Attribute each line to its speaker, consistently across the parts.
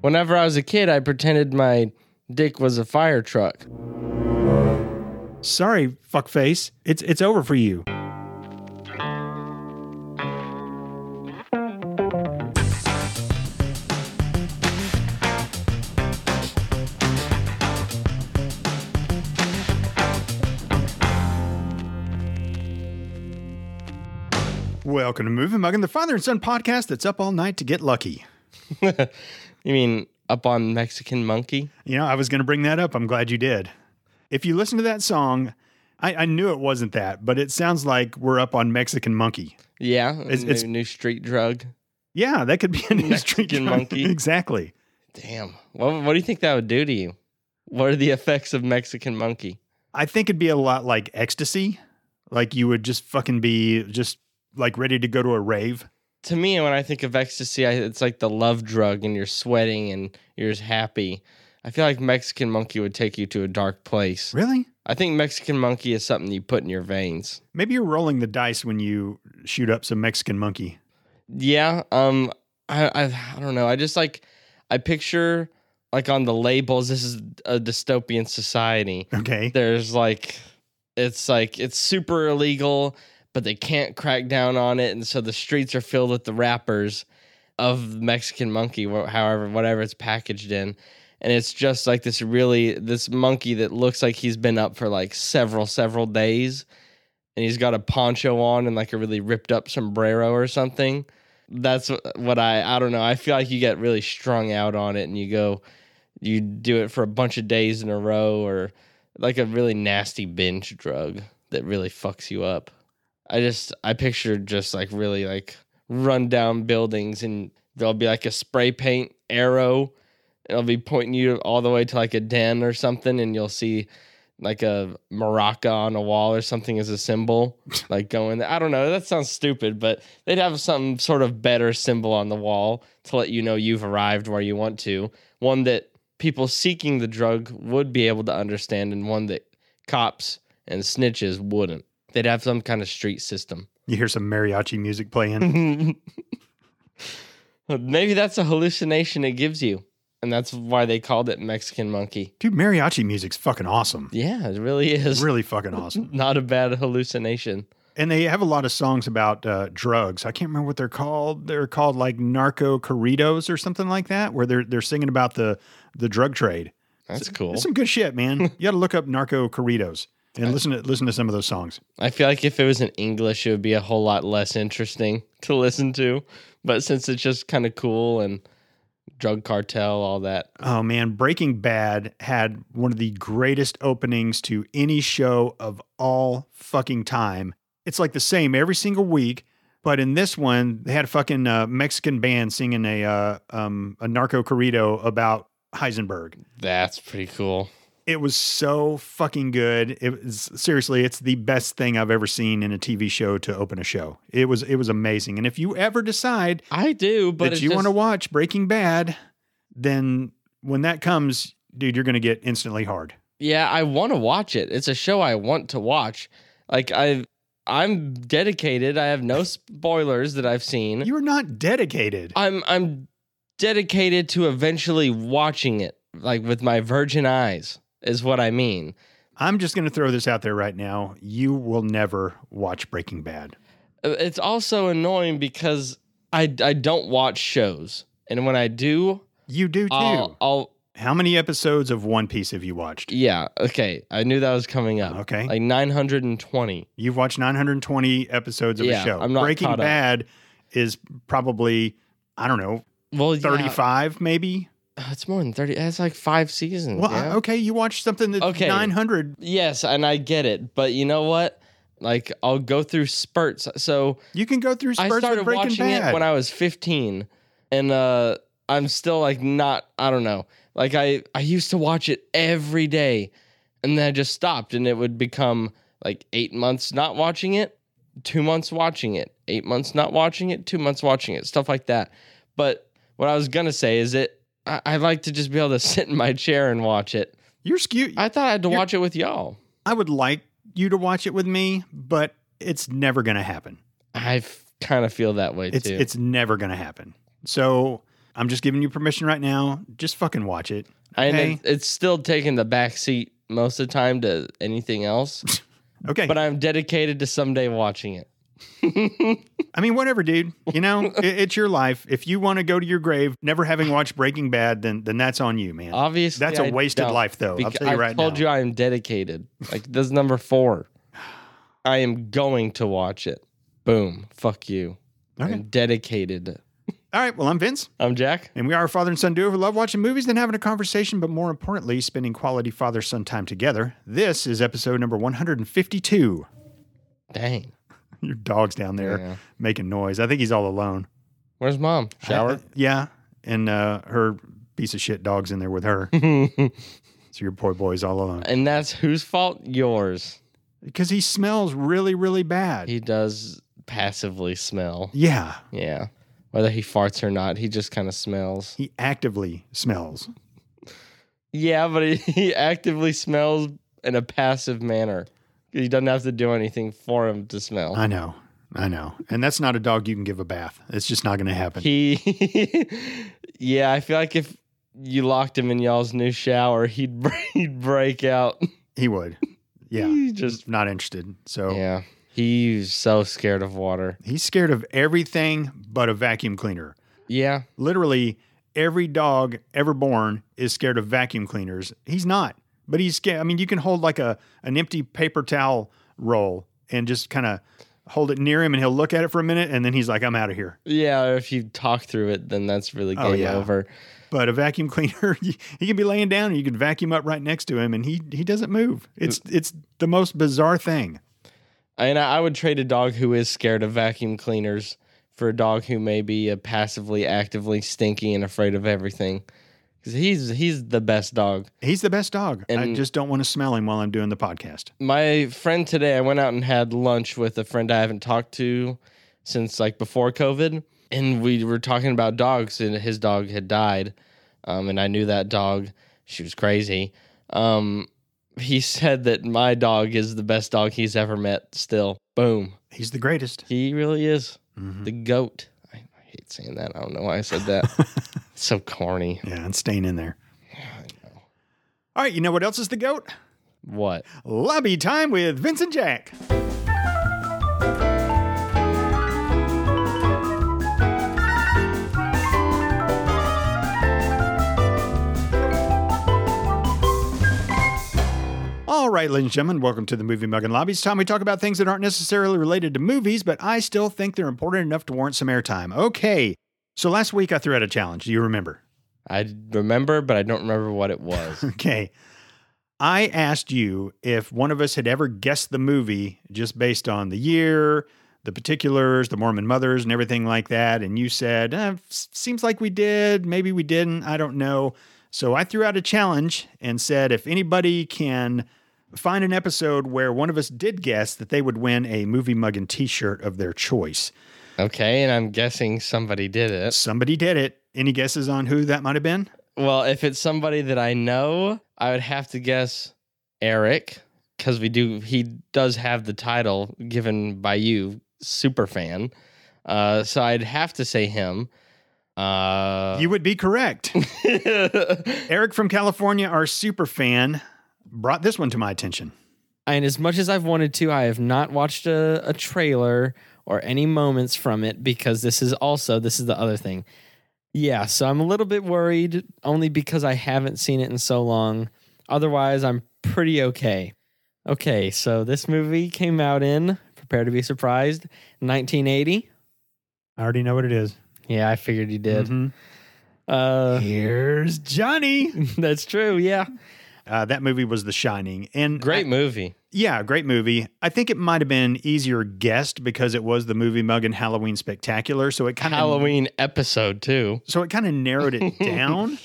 Speaker 1: Whenever I was a kid, I pretended my dick was a fire truck.
Speaker 2: Sorry, fuckface. It's it's over for you. Welcome to Moving Mugging, the father and son podcast that's up all night to get lucky.
Speaker 1: You mean up on Mexican monkey?
Speaker 2: You know, I was going to bring that up. I'm glad you did. If you listen to that song, I, I knew it wasn't that, but it sounds like we're up on Mexican Monkey.
Speaker 1: Yeah,
Speaker 2: It's-
Speaker 1: new,
Speaker 2: it's-
Speaker 1: new street drug.
Speaker 2: Yeah, that could be an industry
Speaker 1: Mexican
Speaker 2: drug.
Speaker 1: Monkey.
Speaker 2: exactly.
Speaker 1: Damn. What, what do you think that would do to you? What are the effects of Mexican monkey?
Speaker 2: I think it'd be a lot like ecstasy. Like you would just fucking be just like ready to go to a rave.
Speaker 1: To me, when I think of ecstasy, I, it's like the love drug, and you're sweating and you're just happy. I feel like Mexican monkey would take you to a dark place.
Speaker 2: Really?
Speaker 1: I think Mexican monkey is something you put in your veins.
Speaker 2: Maybe you're rolling the dice when you shoot up some Mexican monkey.
Speaker 1: Yeah. Um. I I, I don't know. I just like I picture like on the labels. This is a dystopian society.
Speaker 2: Okay.
Speaker 1: There's like it's like it's super illegal, but they can't crack down on it, and so the streets are filled with the wrappers of Mexican monkey, wh- however, whatever it's packaged in. And it's just like this really this monkey that looks like he's been up for like several several days, and he's got a poncho on and like a really ripped up sombrero or something. That's wh- what I I don't know. I feel like you get really strung out on it, and you go, you do it for a bunch of days in a row, or like a really nasty binge drug that really fucks you up. I just I pictured just like really like run down buildings and there'll be like a spray paint arrow it'll be pointing you all the way to like a den or something and you'll see like a maraca on a wall or something as a symbol like going there. I don't know that sounds stupid but they'd have some sort of better symbol on the wall to let you know you've arrived where you want to one that people seeking the drug would be able to understand and one that cops and snitches wouldn't they'd have some kind of street system
Speaker 2: You hear some mariachi music playing.
Speaker 1: Maybe that's a hallucination it gives you. And that's why they called it Mexican monkey.
Speaker 2: Dude, mariachi music's fucking awesome.
Speaker 1: Yeah, it really is.
Speaker 2: Really fucking awesome.
Speaker 1: Not a bad hallucination.
Speaker 2: And they have a lot of songs about uh, drugs. I can't remember what they're called. They're called like narco corridos or something like that, where they're they're singing about the the drug trade.
Speaker 1: That's cool.
Speaker 2: It's some good shit, man. you got to look up narco corridos and listen to listen to some of those songs.
Speaker 1: I feel like if it was in English, it would be a whole lot less interesting to listen to. But since it's just kind of cool and drug cartel, all that.
Speaker 2: Oh man, Breaking Bad had one of the greatest openings to any show of all fucking time. It's like the same every single week, but in this one, they had a fucking uh, Mexican band singing a uh, um, a narco corrido about Heisenberg.
Speaker 1: That's pretty cool.
Speaker 2: It was so fucking good. It was seriously, it's the best thing I've ever seen in a TV show to open a show. It was it was amazing. And if you ever decide
Speaker 1: I do, but
Speaker 2: that
Speaker 1: it's
Speaker 2: you
Speaker 1: just-
Speaker 2: want to watch Breaking Bad, then when that comes, dude, you're going to get instantly hard.
Speaker 1: Yeah, I want to watch it. It's a show I want to watch. Like I, I'm dedicated. I have no spoilers that I've seen.
Speaker 2: You are not dedicated.
Speaker 1: I'm I'm dedicated to eventually watching it, like with my virgin eyes, is what I mean.
Speaker 2: I'm just going to throw this out there right now. You will never watch Breaking Bad.
Speaker 1: Uh, It's also annoying because I I don't watch shows, and when I do,
Speaker 2: You do too.
Speaker 1: I'll, I'll
Speaker 2: How many episodes of One Piece have you watched?
Speaker 1: yeah okay. I knew that was coming up.
Speaker 2: Okay.
Speaker 1: like 920.
Speaker 2: You've watched 920 episodes of
Speaker 1: Yeah,
Speaker 2: a show.
Speaker 1: I'm not
Speaker 2: Breaking
Speaker 1: caught up.
Speaker 2: Bad is probably, I don't know,
Speaker 1: Well, yeah,
Speaker 2: 35 maybe?
Speaker 1: It's more than 30. That's like five seasons.
Speaker 2: Well,
Speaker 1: Mm, yeah?
Speaker 2: I- okay, you watched something that's
Speaker 1: Okay.
Speaker 2: 900.
Speaker 1: Yes, and I get it, but you know what? Like I'll go through spurts. So
Speaker 2: You can go through spurts
Speaker 1: I
Speaker 2: with
Speaker 1: started
Speaker 2: Breaking
Speaker 1: watching
Speaker 2: Bad.
Speaker 1: it when I was 15, and uh, I'm still like not. I don't know. Like I I used to watch it every day, and then I just stopped, and it would become like eight months not watching it, two months watching it, eight months not watching it, two months watching it, stuff like that. But what I was gonna say is it. I, I like to just be able to sit in my chair and watch it.
Speaker 2: You're skewed.
Speaker 1: I thought I had to
Speaker 2: You're-
Speaker 1: watch it with y'all.
Speaker 2: I would like you to watch it with me, but it's never going to happen.
Speaker 1: I kind of feel that way
Speaker 2: It's
Speaker 1: too.
Speaker 2: it's never going to happen. So I'm just giving you permission right now. Just fucking watch it.
Speaker 1: And
Speaker 2: Okay.
Speaker 1: it, it's still taking the back seat most of the time to anything else.
Speaker 2: Okay.
Speaker 1: but I'm dedicated to someday watching it.
Speaker 2: I mean, whatever, dude. You know, it, it's your life. If you want to go to your grave never having watched Breaking Bad, then then that's on you, man.
Speaker 1: Obviously,
Speaker 2: That's a
Speaker 1: I
Speaker 2: wasted
Speaker 1: don't,
Speaker 2: life, though. I'll
Speaker 1: because
Speaker 2: tell you
Speaker 1: I
Speaker 2: right
Speaker 1: told
Speaker 2: now.
Speaker 1: you I am dedicated. Like this is number four. I am going to watch it. Boom. Fuck you.
Speaker 2: Okay.
Speaker 1: I'm dedicated.
Speaker 2: All right. Well, I'm Vince.
Speaker 1: I'm Jack.
Speaker 2: And we are a father and son duo who love watching movies, then having a conversation, but more importantly, spending quality father son time together. This is episode number 152.
Speaker 1: Dang.
Speaker 2: Your dog's down there
Speaker 1: Yeah.
Speaker 2: making noise. I think he's all alone.
Speaker 1: Where's mom?
Speaker 2: I- yeah. And uh, her piece of shit dog's in there with her. so your poor boy's all alone.
Speaker 1: and that's whose fault? Yours.
Speaker 2: Because he smells really, really bad.
Speaker 1: He does passively smell.
Speaker 2: yeah.
Speaker 1: Yeah. Whether he farts or not, he just kind of smells.
Speaker 2: He actively smells.
Speaker 1: Yeah, but he, he actively smells in a passive manner. He doesn't have to do anything for him to smell.
Speaker 2: I know. I know. And that's not a dog you can give a bath. It's just not going to happen.
Speaker 1: He, yeah, I feel like if you locked him in y'all's new shower, he'd bre- he'd break out.
Speaker 2: He would. Yeah.
Speaker 1: He just
Speaker 2: Not interested. So.
Speaker 1: yeah, he's so scared of water.
Speaker 2: He's scared of everything but a vacuum cleaner.
Speaker 1: Yeah,
Speaker 2: Literally, every dog ever born is scared of vacuum cleaners. He's not, but he's scared. I mean, you can hold like a an empty paper towel roll and just kind of hold it near him, and he'll look at it for a minute, and then he's like, "I'm out of here."
Speaker 1: yeah. If you talk through it, then that's really game
Speaker 2: Oh, yeah.
Speaker 1: over.
Speaker 2: But a vacuum cleaner, he he can be laying down, and you can vacuum up right next to him, and he he doesn't move. It's
Speaker 1: Mm.
Speaker 2: it's the most bizarre thing.
Speaker 1: And I, I would trade a dog who is scared of vacuum cleaners for a dog who may be a passively, actively stinky and afraid of everything. 'Cause He's he's the best dog.
Speaker 2: He's the best dog. I
Speaker 1: And-
Speaker 2: just don't want to smell him while I'm doing the podcast.
Speaker 1: my friend today, I went out and had lunch with a friend I haven't talked to since like before COVID. And we were talking about dogs, and his dog had died. Um, and I knew that dog. She was crazy. Um, he said that my dog is the best dog he's ever met still. Boom.
Speaker 2: He's the greatest.
Speaker 1: He really is
Speaker 2: Mhm.
Speaker 1: the goat. I, I hate saying that. I don't know why I said that. It's so corny.
Speaker 2: Yeah, and staying in there.
Speaker 1: I know.
Speaker 2: All right, you know what else is the goat?
Speaker 1: What?
Speaker 2: Lobby time with Vincent Jack. All right, ladies and gentlemen, welcome to the Movie Mug and Lobby. It's time we talk about things that aren't necessarily related to movies, but I still think they're important enough to warrant some airtime. Okay, so last week I threw out a challenge. Do you remember?
Speaker 1: I remember, but I don't remember what it was.
Speaker 2: Okay. I asked you if one of us had ever guessed the movie just based on the year, the particulars, the Mormon mothers, and everything like that. And you said, eh, s- seems like we did. Maybe we didn't. I don't know. So I threw out a challenge and said, if anybody can find an episode where one of us did guess, that they would win a movie mug and t shirt of their choice.
Speaker 1: Okay, and I'm guessing somebody did it.
Speaker 2: Somebody did it. Any guesses on who that might have been?
Speaker 1: Well, if it's somebody that I know, I would have to guess Eric because we do. He does have the title given by you, super fan. Uh, so I'd have to say him. Uh,
Speaker 2: you would be correct. Eric from California, our super fan, brought this one to my attention.
Speaker 3: And as much as I've wanted to, I have not watched a, a trailer or any moments from it because this is also this is the other thing. Yeah, so I'm a little bit worried only because I haven't seen it in so long. Otherwise, I'm pretty okay. Okay, so this movie came out in prepare to be surprised 1980.
Speaker 2: I already know what it is.
Speaker 3: Yeah, I figured you did.
Speaker 1: Mm-hmm.
Speaker 2: Mm-hmm.
Speaker 3: Uh,
Speaker 2: Here's Johnny.
Speaker 3: that's true. Yeah,
Speaker 2: Uh, that movie was The Shining, and
Speaker 1: great movie.
Speaker 2: yeah, great movie. I think it might have been easier guessed because it was the movie Mug and Halloween Spectacular, so it kind of
Speaker 1: Halloween episode too.
Speaker 2: so it kind of narrowed it down.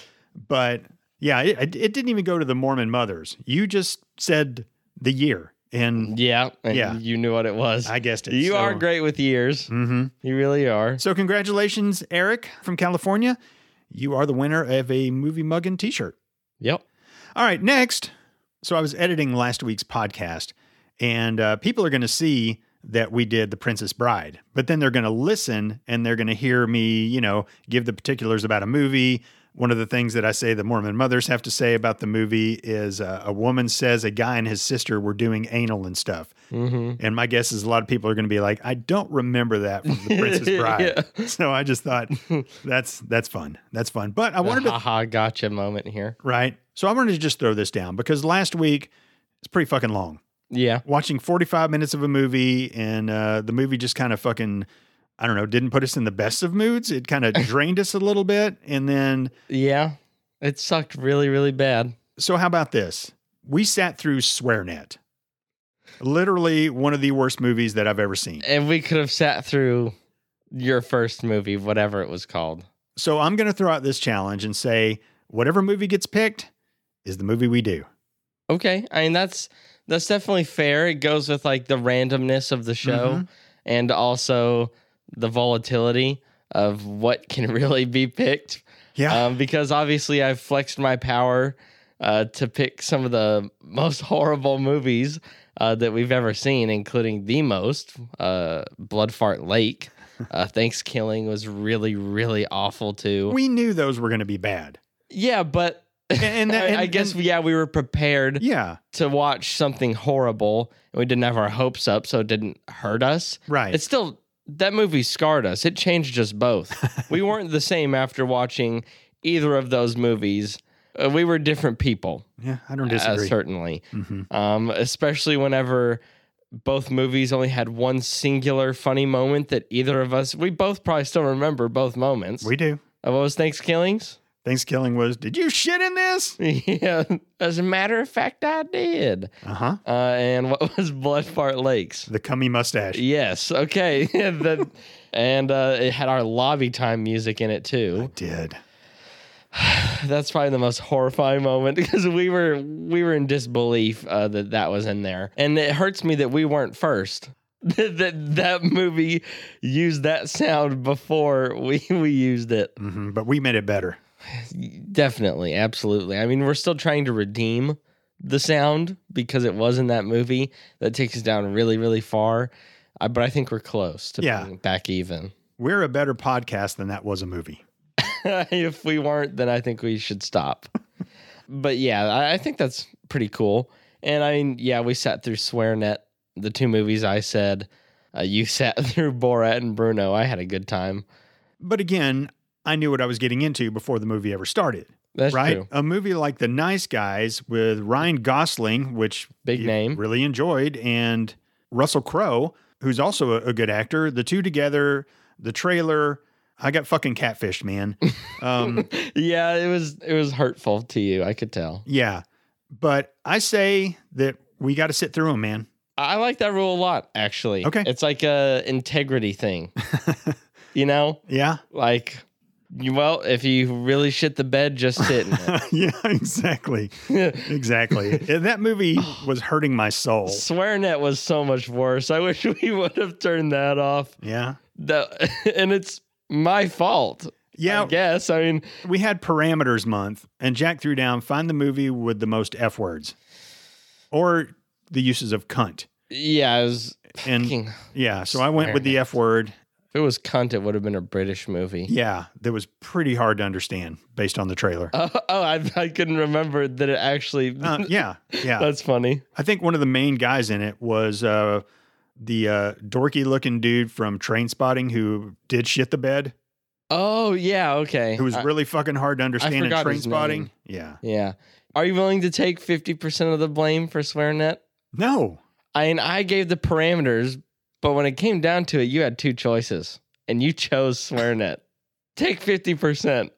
Speaker 2: But yeah, it, it it didn't even go to the Mormon mothers. You just said the year, and
Speaker 1: Yeah, and
Speaker 2: Yeah.
Speaker 1: You knew what it was.
Speaker 2: I guessed it.
Speaker 1: you
Speaker 2: so-
Speaker 1: are great with years.
Speaker 2: Mhm.
Speaker 1: You really are.
Speaker 2: So, congratulations, Eric from California. You are the winner of a movie mug and t shirt.
Speaker 1: Yep.
Speaker 2: All right, next. So, I was editing last week's podcast, and uh, people are going to see that we did The Princess Bride. But then they're going to listen and they're going to hear me, you know, give the particulars about a movie. One of the things that I say the Mormon mothers have to say about the movie is uh, a woman says a guy and his sister were doing anal and stuff.
Speaker 1: Mm-hmm.
Speaker 2: And my guess is a lot of people are going to be like, I don't remember that from The Princess Bride. So I just thought that's that's fun. That's fun. But I
Speaker 1: I wanted
Speaker 2: wanted
Speaker 1: the
Speaker 2: to
Speaker 1: haha gotcha moment here.
Speaker 2: right? So I wanted to just throw this down because last week it's pretty fucking long.
Speaker 1: Yeah.
Speaker 2: Watching 45 minutes of a movie and uh, the movie just kind of fucking, I don't know, didn't put us in the best of moods. It kind of drained us a little bit. And then,
Speaker 1: Yeah. It sucked really, really bad.
Speaker 2: so how about this? We sat through SwearNet, literally one of the worst movies that I've ever seen.
Speaker 1: And we could have sat through your first movie, whatever it was called.
Speaker 2: So I'm going to throw out this challenge and say, whatever movie gets picked is the movie we do.
Speaker 1: Okay. I mean that's that's definitely fair. It goes with like the randomness of the show
Speaker 2: Mhm.
Speaker 1: and also the volatility of what can really be picked.
Speaker 2: Yeah.
Speaker 1: Um, because obviously I've flexed my power uh, to pick some of the most horrible movies uh, that we've ever seen, including the most uh, Blood Fart Lake. Uh, Thanksgiving was really, really awful too.
Speaker 2: we knew those were going to be bad.
Speaker 1: yeah, but
Speaker 2: And, and, that-
Speaker 1: I- I
Speaker 2: and-
Speaker 1: guess
Speaker 2: and-
Speaker 1: yeah, we were prepared
Speaker 2: yeah,
Speaker 1: to watch something horrible, and we didn't have our hopes up, so it didn't hurt us.
Speaker 2: right.
Speaker 1: It still that movie scarred us. It changed us both. we weren't the same after watching either of those movies. Uh, we were different people,
Speaker 2: Yeah, I don't
Speaker 1: uh,
Speaker 2: disagree.
Speaker 1: certainly.
Speaker 2: Mhm.
Speaker 1: Um, especially whenever both movies only had one singular funny moment that either of us we both probably still remember both moments.
Speaker 2: We do.
Speaker 1: of those Thanksgivings.
Speaker 2: Thanksgiving was, did you shit in this?
Speaker 1: yeah, as a matter of fact, I did.
Speaker 2: Uh huh.
Speaker 1: Uh, and what was Blood Fart Lakes?
Speaker 2: The cummy mustache.
Speaker 1: Yes. Okay. The- and uh, it had our lobby time music in it too.
Speaker 2: Did.
Speaker 1: That's probably the most horrifying moment because we were we were in disbelief uh, that that was in there, and it hurts me that we weren't first. that that- that movie used that sound before we we used it.
Speaker 2: hmm But we made it better.
Speaker 1: Definitely, absolutely. I mean, we're still trying to redeem the sound because it was in that movie that takes us down really, really far. I, but I think we're close to
Speaker 2: Yeah.
Speaker 1: being back even.
Speaker 2: We're a better podcast than that was a movie.
Speaker 1: if we weren't, then I think we should stop. but yeah, I, I think that's pretty cool. And I mean, yeah, we sat through SwearNet, the two movies I said. Uh, you sat through Borat and Bruno. I had a good time.
Speaker 2: But again, I knew what I was getting into before the movie ever started.
Speaker 1: That's
Speaker 2: right?
Speaker 1: true.
Speaker 2: A movie like The Nice Guys with Ryan Gosling, which
Speaker 1: Big
Speaker 2: you
Speaker 1: name.
Speaker 2: really enjoyed, and Russell Crowe, who's also a, a good actor. The two together, the trailer. I got fucking catfished, man. Um,
Speaker 1: yeah, it was it was hurtful to you. I could tell.
Speaker 2: Yeah. But I say that we got to sit through them, man.
Speaker 1: I like that rule a lot, actually.
Speaker 2: Okay.
Speaker 1: It's like a integrity thing. you know?
Speaker 2: Yeah.
Speaker 1: Like you well, if you really shit the bed, just sit in
Speaker 2: yeah, exactly.
Speaker 1: it.
Speaker 2: Exactly. And that movie was hurting my soul.
Speaker 1: SwearNet was so much worse. I wish we would have turned that off.
Speaker 2: Yeah.
Speaker 1: The, and it's my fault. I
Speaker 2: Yeah.
Speaker 1: guess. I mean,
Speaker 2: We had Parameters Month, and Jack threw down find the movie with the most F words or the uses of cunt.
Speaker 1: yeah, it was
Speaker 2: And
Speaker 1: fucking-
Speaker 2: yeah, so I went with the F word.
Speaker 1: if it was cunt, it would have been a British movie.
Speaker 2: Yeah, that was pretty hard to understand based on the trailer.
Speaker 1: Oh, oh, I, I couldn't remember that it actually.
Speaker 2: Uh, yeah. Yeah.
Speaker 1: that's funny.
Speaker 2: I think one of the main guys in it was uh, the uh, dorky looking dude from Train Spotting who did shit the bed,
Speaker 1: Oh, yeah. Okay.
Speaker 2: who was
Speaker 1: I-
Speaker 2: really fucking hard to understand in
Speaker 1: forgot
Speaker 2: Train
Speaker 1: his
Speaker 2: Spotting.
Speaker 1: name.
Speaker 2: Yeah.
Speaker 1: Yeah. Are you willing to take 50% of the blame for SwearNet?
Speaker 2: No.
Speaker 1: I mean, I gave the parameters, but when it came down to it, you had two choices and you chose SwearNet. take 50%.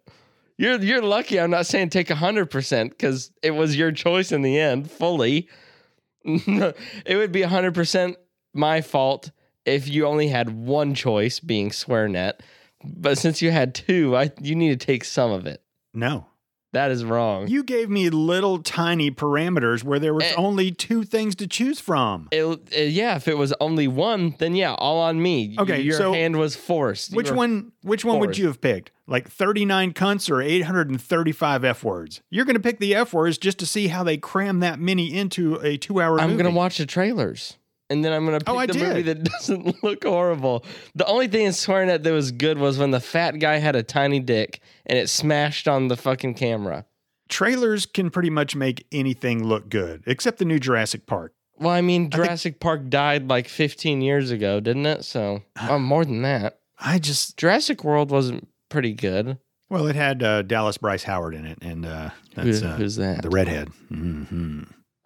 Speaker 1: You're, you're lucky I'm not saying take 100% because it was your choice in the end, fully. it would be 100% my fault if you only had one choice being SwearNet. But since you had two, I, you need to take some of it.
Speaker 2: No.
Speaker 1: That is wrong.
Speaker 2: You gave me little tiny parameters where there was
Speaker 1: Eh.
Speaker 2: only two things to choose from.
Speaker 1: It, uh, yeah, if it was only one, then yeah, all on me.
Speaker 2: Okay,
Speaker 1: your
Speaker 2: so-
Speaker 1: hand was forced. You
Speaker 2: Which
Speaker 1: were-
Speaker 2: one which one would
Speaker 1: forced.
Speaker 2: you have picked? Like 39 cunts or 835 F words? You're going to pick the F words just to see how they cram that many into a 2-hour
Speaker 1: I'm
Speaker 2: movie.
Speaker 1: gonna watch the trailers. and then I'm gonna pick
Speaker 2: Oh, I
Speaker 1: the
Speaker 2: did.
Speaker 1: movie that doesn't look horrible. The only thing in swearing at that was good was when the fat guy had a tiny dick and it smashed on the fucking camera.
Speaker 2: Trailers can pretty much make anything look good, except the new Jurassic Park.
Speaker 1: Well, I mean,
Speaker 2: I think-
Speaker 1: Jurassic Park died like 15 years ago, didn't it? So,
Speaker 2: Uh,
Speaker 1: well, more than that.
Speaker 2: I just
Speaker 1: Jurassic World wasn't pretty good.
Speaker 2: well, it had uh, Dallas Bryce Howard in it, and uh,
Speaker 1: Who-
Speaker 2: that's uh,
Speaker 1: who's that?
Speaker 2: the redhead. hmm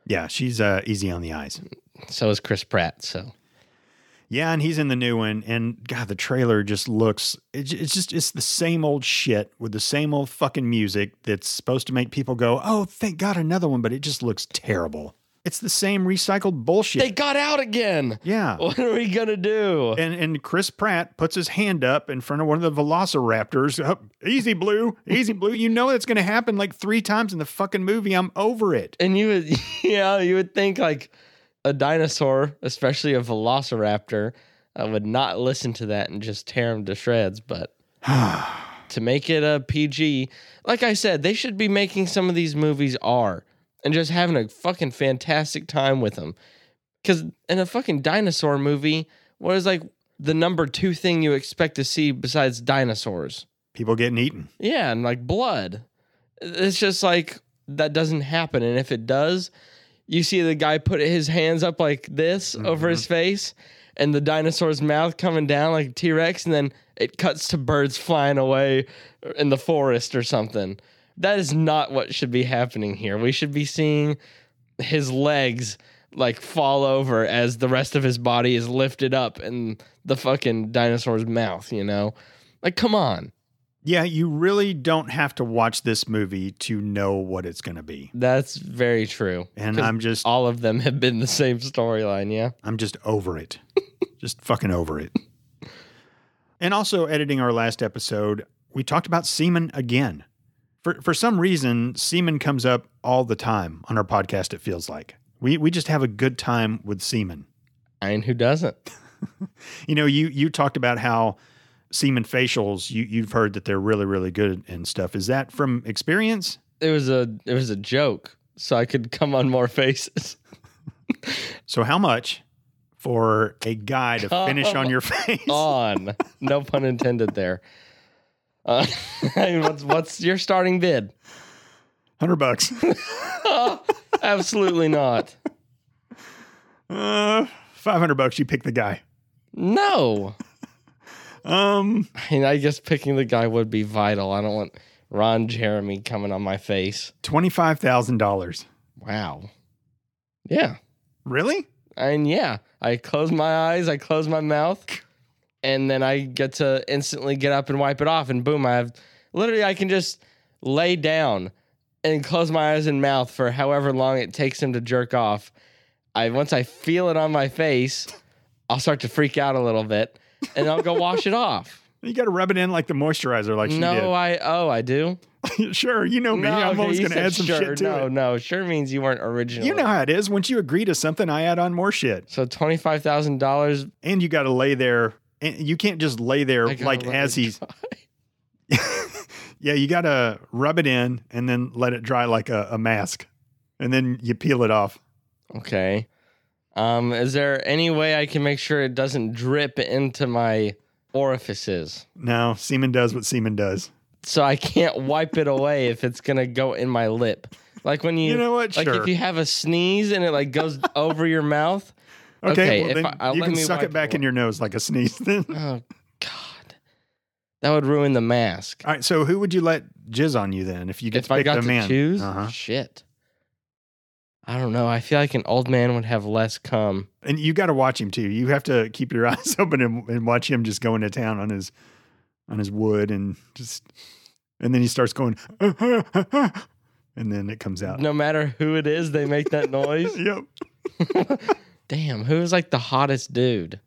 Speaker 2: Yeah, she's uh, easy on the eyes.
Speaker 1: so is Chris Pratt. So,
Speaker 2: Yeah, and he's in the new one, and God, the trailer just looks. it j- It's just it's the same old shit with the same old fucking music that's supposed to make people go, "Oh, thank God, another one," but it just looks terrible. It's the same recycled bullshit.
Speaker 1: they Oh. got out again.
Speaker 2: yeah.
Speaker 1: What are we gonna do?
Speaker 2: And, and Chris Pratt puts his hand up in front of one of the velociraptors. Up, easy, Blue. Easy, Blue. You know that's going to happen like three times in the fucking movie. I'm over it.
Speaker 1: And you would, yeah, you would think like a dinosaur, especially a velociraptor, uh, would not listen to that and just tear him to shreds. But to make it a PG, like I said, they should be making some of these movies R and just having a fucking fantastic time with them. Because in a fucking dinosaur movie, what is like the number two thing you expect to see besides dinosaurs?
Speaker 2: People getting eaten.
Speaker 1: Yeah, and like blood. It's just like that doesn't happen. And if it does, you see the guy put his hands up like this over his face and the dinosaur's mouth coming down like a T Rex, and then it cuts to birds flying away in the forest or something. That is not what should be happening here. We should be seeing his legs like fall over as the rest of his body is lifted up in the fucking dinosaur's mouth, you know? Like, come on.
Speaker 2: Yeah, you really don't have to watch this movie to know what it's going to be.
Speaker 1: That's very true.
Speaker 2: And
Speaker 1: 'Cause
Speaker 2: I'm just,
Speaker 1: all of them have been the same storyline, yeah.
Speaker 2: I'm just over it. just fucking over it. And also, editing our last episode, we talked about semen again. For, for some reason, semen comes up all the time on our podcast, it feels like. We, we just have a good time with semen.
Speaker 1: I mean, who doesn't?
Speaker 2: You know, you, you talked about how semen facials, you, you've heard that they're really, really good and stuff. Is that from experience?
Speaker 1: It was a it was a joke, so I could come on more faces.
Speaker 2: So, how much for a guy to finish on your face?
Speaker 1: on, no pun intended there. Uh, I mean, what's what's your starting bid?
Speaker 2: 100 bucks.
Speaker 1: Absolutely not.
Speaker 2: Uh, 500 bucks, you pick the guy.
Speaker 1: No.
Speaker 2: Um,
Speaker 1: I mean, I guess picking the guy would be vital. I don't want Ron Jeremy coming on my face.
Speaker 2: twenty-five thousand dollars.
Speaker 1: Wow. Yeah.
Speaker 2: Really?
Speaker 1: And yeah, I close my eyes, I close my mouth, and then I get to instantly get up and wipe it off. And boom, I have literally, I can just lay down and close my eyes and mouth for however long it takes him to jerk off. I once I feel it on my face, I'll start to freak out a little bit, and I'll go wash it off.
Speaker 2: You got to rub it in like the moisturizer, like she
Speaker 1: No, I oh I do.
Speaker 2: did. sure, you know me.
Speaker 1: no,
Speaker 2: I'm
Speaker 1: okay,
Speaker 2: always
Speaker 1: you
Speaker 2: going to
Speaker 1: said
Speaker 2: add some
Speaker 1: sure.
Speaker 2: shit to
Speaker 1: no,
Speaker 2: it.
Speaker 1: no, sure means you weren't original.
Speaker 2: You know how it is. Once you agree to something, I add on more shit,
Speaker 1: So twenty five thousand dollars.
Speaker 2: and you got to lay there. And you can't just lay there like as he's. Yeah, you got to rub it in and then let it dry like a, a mask, and then you peel it off.
Speaker 1: Okay. Um, is there any way I can make sure it doesn't drip into my orifices?
Speaker 2: No, semen does what semen does.
Speaker 1: So I can't wipe it away if it's gonna go in my lip. Like when you,
Speaker 2: You know what?
Speaker 1: like
Speaker 2: sure.
Speaker 1: if you have a sneeze and it like goes over your mouth. okay,
Speaker 2: okay, well
Speaker 1: if
Speaker 2: then
Speaker 1: I- I'll
Speaker 2: you
Speaker 1: let
Speaker 2: can
Speaker 1: me
Speaker 2: suck
Speaker 1: wipe
Speaker 2: it back
Speaker 1: it
Speaker 2: in your nose like a sneeze. Then.
Speaker 1: Oh God. That would ruin the mask.
Speaker 2: All right, so who would you let jizz on you then if you get
Speaker 1: if
Speaker 2: to
Speaker 1: I
Speaker 2: pick
Speaker 1: got
Speaker 2: the
Speaker 1: to
Speaker 2: man?
Speaker 1: choose,
Speaker 2: Uh-huh.
Speaker 1: shit. I don't know. I feel like an old man would have less cum.
Speaker 2: And you got to watch him too. You have to keep your eyes open and, and watch him just going to town on his on his wood and just and then he starts going and then it comes out.
Speaker 1: No matter who it is, they make that noise.
Speaker 2: Yep.
Speaker 1: Damn, who is like the hottest dude?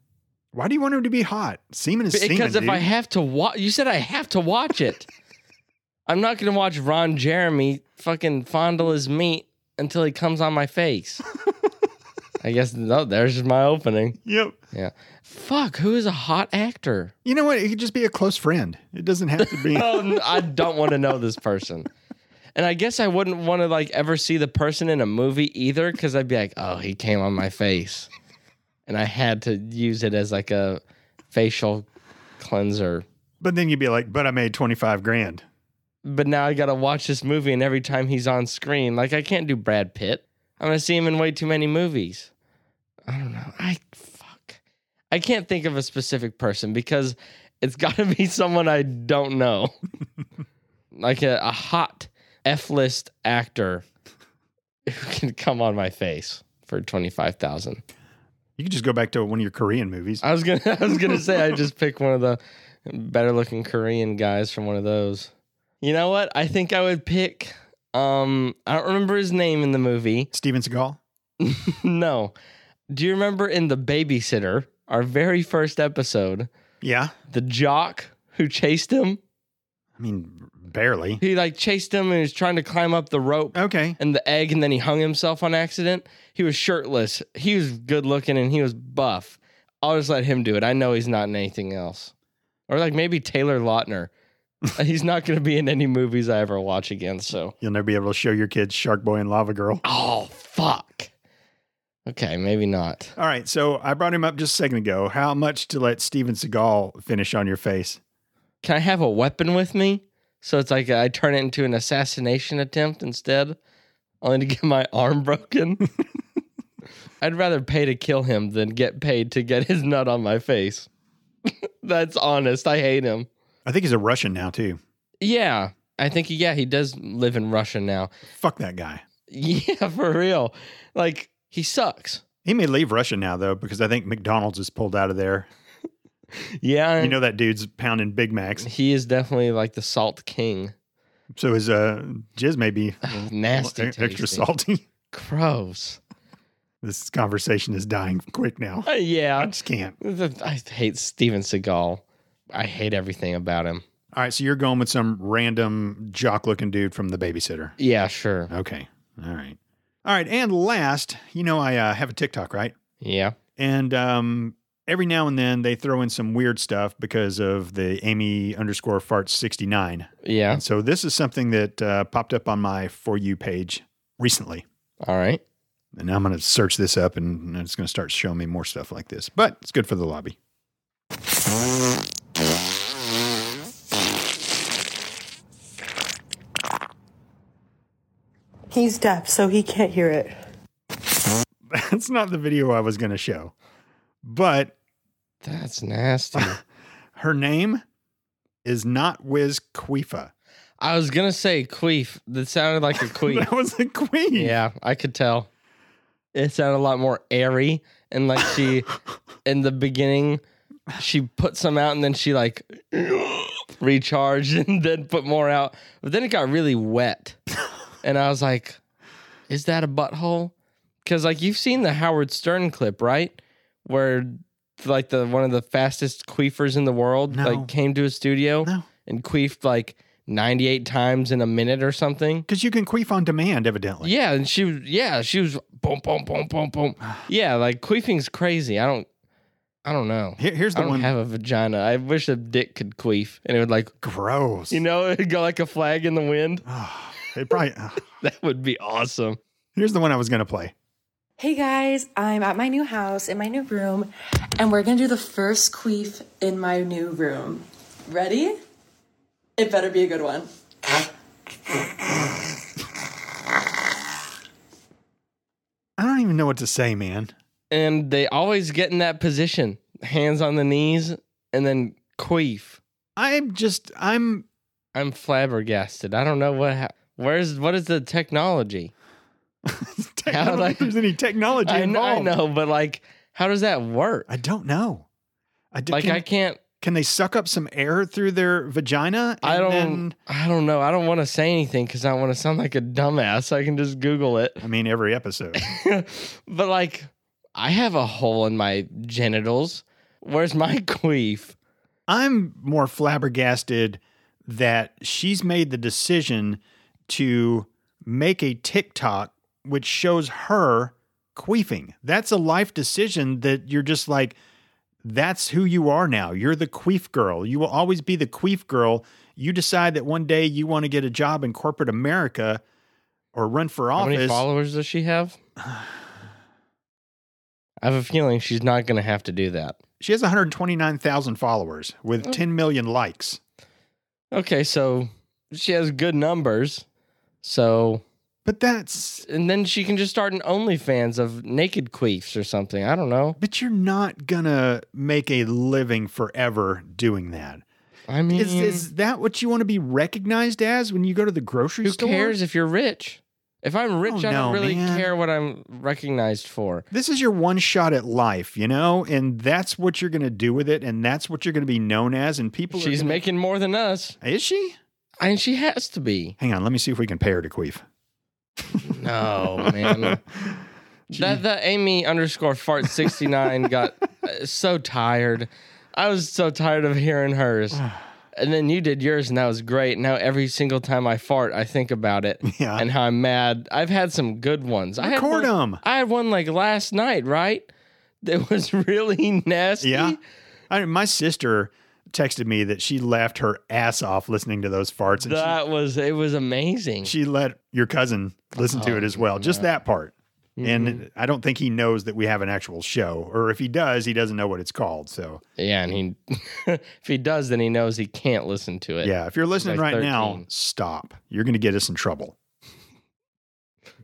Speaker 2: Why do you want him to be hot? Semen is semen.
Speaker 1: Because if
Speaker 2: dude.
Speaker 1: I have to watch, you said I have to watch it. I'm not gonna watch Ron Jeremy fucking fondle his meat until he comes on my face. I guess no, there's just my opening.
Speaker 2: Yep.
Speaker 1: Fuck, who is a hot actor?
Speaker 2: You know what? It could just be a close friend. It doesn't have to be
Speaker 1: Oh, n- I don't want to know this person. And I guess I wouldn't want to like ever see the person in a movie either, because I'd be like, oh, he came on my face. and I had to use it as like a facial cleanser.
Speaker 2: But then you'd be like, but I made 25 grand.
Speaker 1: But now I gotta watch this movie, and every time he's on screen, like I can't do Brad Pitt. I'm gonna see him in way too many movies. I don't know. I fuck. I can't think of a specific person because it's gotta be someone I don't know, like a, a hot F list actor who can come on my face for twenty five thousand.
Speaker 2: You could just go back to one of your Korean movies.
Speaker 1: I was gonna I was gonna say I just pick one of the better looking Korean guys from one of those. You know what? I think I would pick um I don't remember his name in the movie.
Speaker 2: Steven Seagal.
Speaker 1: no. Do you remember in The Babysitter, our very first episode,
Speaker 2: Yeah.
Speaker 1: the jock who chased him?
Speaker 2: I mean, barely.
Speaker 1: He like chased him and he was trying to climb up the rope
Speaker 2: Okay.
Speaker 1: and the egg and then he hung himself on accident. He was shirtless. He was good looking and he was buff. I'll just let him do it. I know he's not in anything else. Or like maybe Taylor Lautner. he's not going to be in any movies I ever watch again, so.
Speaker 2: You'll never be able to show your kids Shark Boy and Lava Girl.
Speaker 1: Oh, fuck. Okay, maybe not.
Speaker 2: All right. So I brought him up just a second ago. How much to let Steven Seagal finish on your face?
Speaker 1: Can I have a weapon with me? So it's like I turn it into an assassination attempt instead, only to get my arm broken. I'd rather pay to kill him than get paid to get his nut on my face. That's honest. I hate him.
Speaker 2: I think he's a Russian now, too.
Speaker 1: Yeah, I think yeah he does live in Russia now.
Speaker 2: Fuck that guy.
Speaker 1: Yeah, for real. Like he sucks.
Speaker 2: He may leave Russia now, though, because I think McDonald's is pulled out of there.
Speaker 1: Yeah,
Speaker 2: You know that dude's pounding Big Macs.
Speaker 1: he is definitely like the salt king.
Speaker 2: So his uh, jizz may be
Speaker 1: Nasty,
Speaker 2: e- extra
Speaker 1: tasting.
Speaker 2: salty.
Speaker 1: Gross.
Speaker 2: This conversation is dying quick now.
Speaker 1: Uh,
Speaker 2: I
Speaker 1: yeah,
Speaker 2: just can't.
Speaker 1: I hate Steven Seagal. I hate everything about him.
Speaker 2: All right, so you're going with some random jock looking dude from the babysitter.
Speaker 1: Yeah, sure.
Speaker 2: Okay. All right. All right. And last, you know, I uh, have a TikTok, right?
Speaker 1: Yeah.
Speaker 2: And um, every now and then they throw in some weird stuff because of the Amy underscore farts 69.
Speaker 1: Yeah.
Speaker 2: And so this is something that uh, popped up on my For You page recently.
Speaker 1: All right.
Speaker 2: And now I'm going to search this up and it's going to start showing me more stuff like this. But it's good for the lobby.
Speaker 4: He's deaf, so he can't hear it.
Speaker 2: That's not the video I was going to show. But
Speaker 1: That's nasty.
Speaker 2: her name is not Wiz Queefa.
Speaker 1: I was going to say queef. That sounded like a queef.
Speaker 2: That was the queen.
Speaker 1: yeah, I could tell. It sounded a lot more airy. And like she, in the beginning, she put some out and then she like recharged and then put more out. But then it got really wet. And I was like, is that a butthole? Because like you've seen the Howard Stern clip, right? Where like the one of the fastest queefers in the world
Speaker 2: No.
Speaker 1: like came to his studio
Speaker 2: No.
Speaker 1: and queefed like 98 times in a minute or something.
Speaker 2: Because you can queef on demand, evidently.
Speaker 1: Yeah, and she was yeah, she was boom boom boom boom boom.
Speaker 2: Ah.
Speaker 1: Yeah, like queefing's crazy. I don't I don't know.
Speaker 2: Here- here's
Speaker 1: I
Speaker 2: the
Speaker 1: don't
Speaker 2: one.
Speaker 1: have a vagina. I wish a dick could queef and it would like
Speaker 2: Gross.
Speaker 1: you know, it'd go like a flag in the wind.
Speaker 2: Ah, they probably. ah.
Speaker 1: That would be awesome.
Speaker 2: Here's the one I was gonna play.
Speaker 5: Hey guys, I'm at my new house in my new room, and we're gonna do the first queef in my new room. Ready? It better be a good one.
Speaker 2: I don't even know what to say, man.
Speaker 1: And they always get in that position. Hands on the knees and then queef.
Speaker 2: I'm just. I'm.
Speaker 1: I'm flabbergasted. I don't know what ha- where's what is the technology?
Speaker 2: I
Speaker 1: How
Speaker 2: don't
Speaker 1: did I-
Speaker 2: think there's any technology
Speaker 1: I know, I
Speaker 2: involved.
Speaker 1: know, but like how does that work?
Speaker 2: I don't know. I do,
Speaker 1: Like
Speaker 2: can,
Speaker 1: I can't
Speaker 2: can they suck up some air through their vagina?
Speaker 1: I
Speaker 2: and
Speaker 1: don't.
Speaker 2: then-
Speaker 1: I don't know. I don't want to say anything because I want to sound like a dumbass. I can just Google it.
Speaker 2: I mean, every episode.
Speaker 1: but like, I have a hole in my genitals. Where's my queef?
Speaker 2: I'm more flabbergasted that she's made the decision to make a TikTok which shows her queefing. That's a life decision that you're just like, that's who you are now. You're the queef girl. You will always be the queef girl. You decide that one day you want to get a job in corporate America or run for
Speaker 1: How many
Speaker 2: office.
Speaker 1: followers does she have? I have a feeling she's not going to have to do that.
Speaker 2: She has 129,000 followers with 10 million likes.
Speaker 1: Okay, so she has good numbers. So,
Speaker 2: But that's
Speaker 1: and then she can just start an OnlyFans of naked queefs or something. I don't know.
Speaker 2: but you're not gonna make a living forever doing that.
Speaker 1: I mean,
Speaker 2: Is is that what you want to be recognized as when you go to the grocery
Speaker 1: who
Speaker 2: store? Oh,
Speaker 1: cares if you're rich? If I'm rich, I
Speaker 2: no,
Speaker 1: don't really
Speaker 2: man.
Speaker 1: care what I'm recognized for.
Speaker 2: This is your one shot at life, you know, and that's what you're gonna do with it, and that's what you're gonna be known as. And people, are
Speaker 1: She's
Speaker 2: gonna-
Speaker 1: making more than us,
Speaker 2: Is she?
Speaker 1: and she has to be.
Speaker 2: Hang on, let me see if we can pay her to queef.
Speaker 1: No, man. That the Amy underscore fart sixty nine got uh, so tired. I was so tired of hearing hers, and then you did yours, and that was great. Now every single time I fart, I think about it
Speaker 2: Yeah.
Speaker 1: and how I'm mad. I've had some good ones. I had
Speaker 2: Record
Speaker 1: one-
Speaker 2: 'em.
Speaker 1: I had one like last night, right? That was really nasty.
Speaker 2: Yeah. I mean, my sister texted me that she laughed her ass off listening to those farts, and
Speaker 1: that was it. Was amazing.
Speaker 2: she, she let your cousin listen to it
Speaker 1: Uh-huh.
Speaker 2: as well, just that part.
Speaker 1: Mm-hmm.
Speaker 2: And I don't think he knows that we have an actual show, or if he does, he doesn't know what it's called. So,
Speaker 1: yeah, and he if he does, then he knows he can't listen to it.
Speaker 2: yeah, if you're listening
Speaker 1: like
Speaker 2: right now,
Speaker 1: 13.
Speaker 2: stop. You're going to get us in trouble.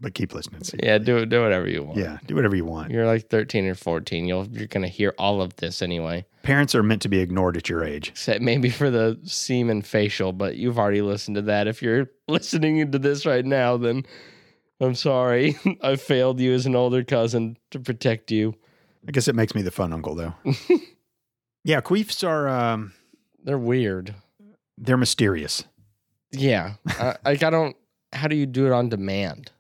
Speaker 2: But keep listening. See?
Speaker 1: yeah. Do it. Do whatever you want.
Speaker 2: Yeah, do whatever you want.
Speaker 1: You're like 13 or 14. You'll you're gonna hear all of this anyway,
Speaker 2: Parents are meant to be ignored at your age.
Speaker 1: except maybe for the semen facial. But you've already listened to that. If you're listening into this right now, then I'm sorry. I failed you as an older cousin to protect you.
Speaker 2: I guess it makes me the fun uncle, though. yeah, queefs are um,
Speaker 1: They're weird.
Speaker 2: they're mysterious.
Speaker 1: Yeah, I, like I don't. How do you do it on demand?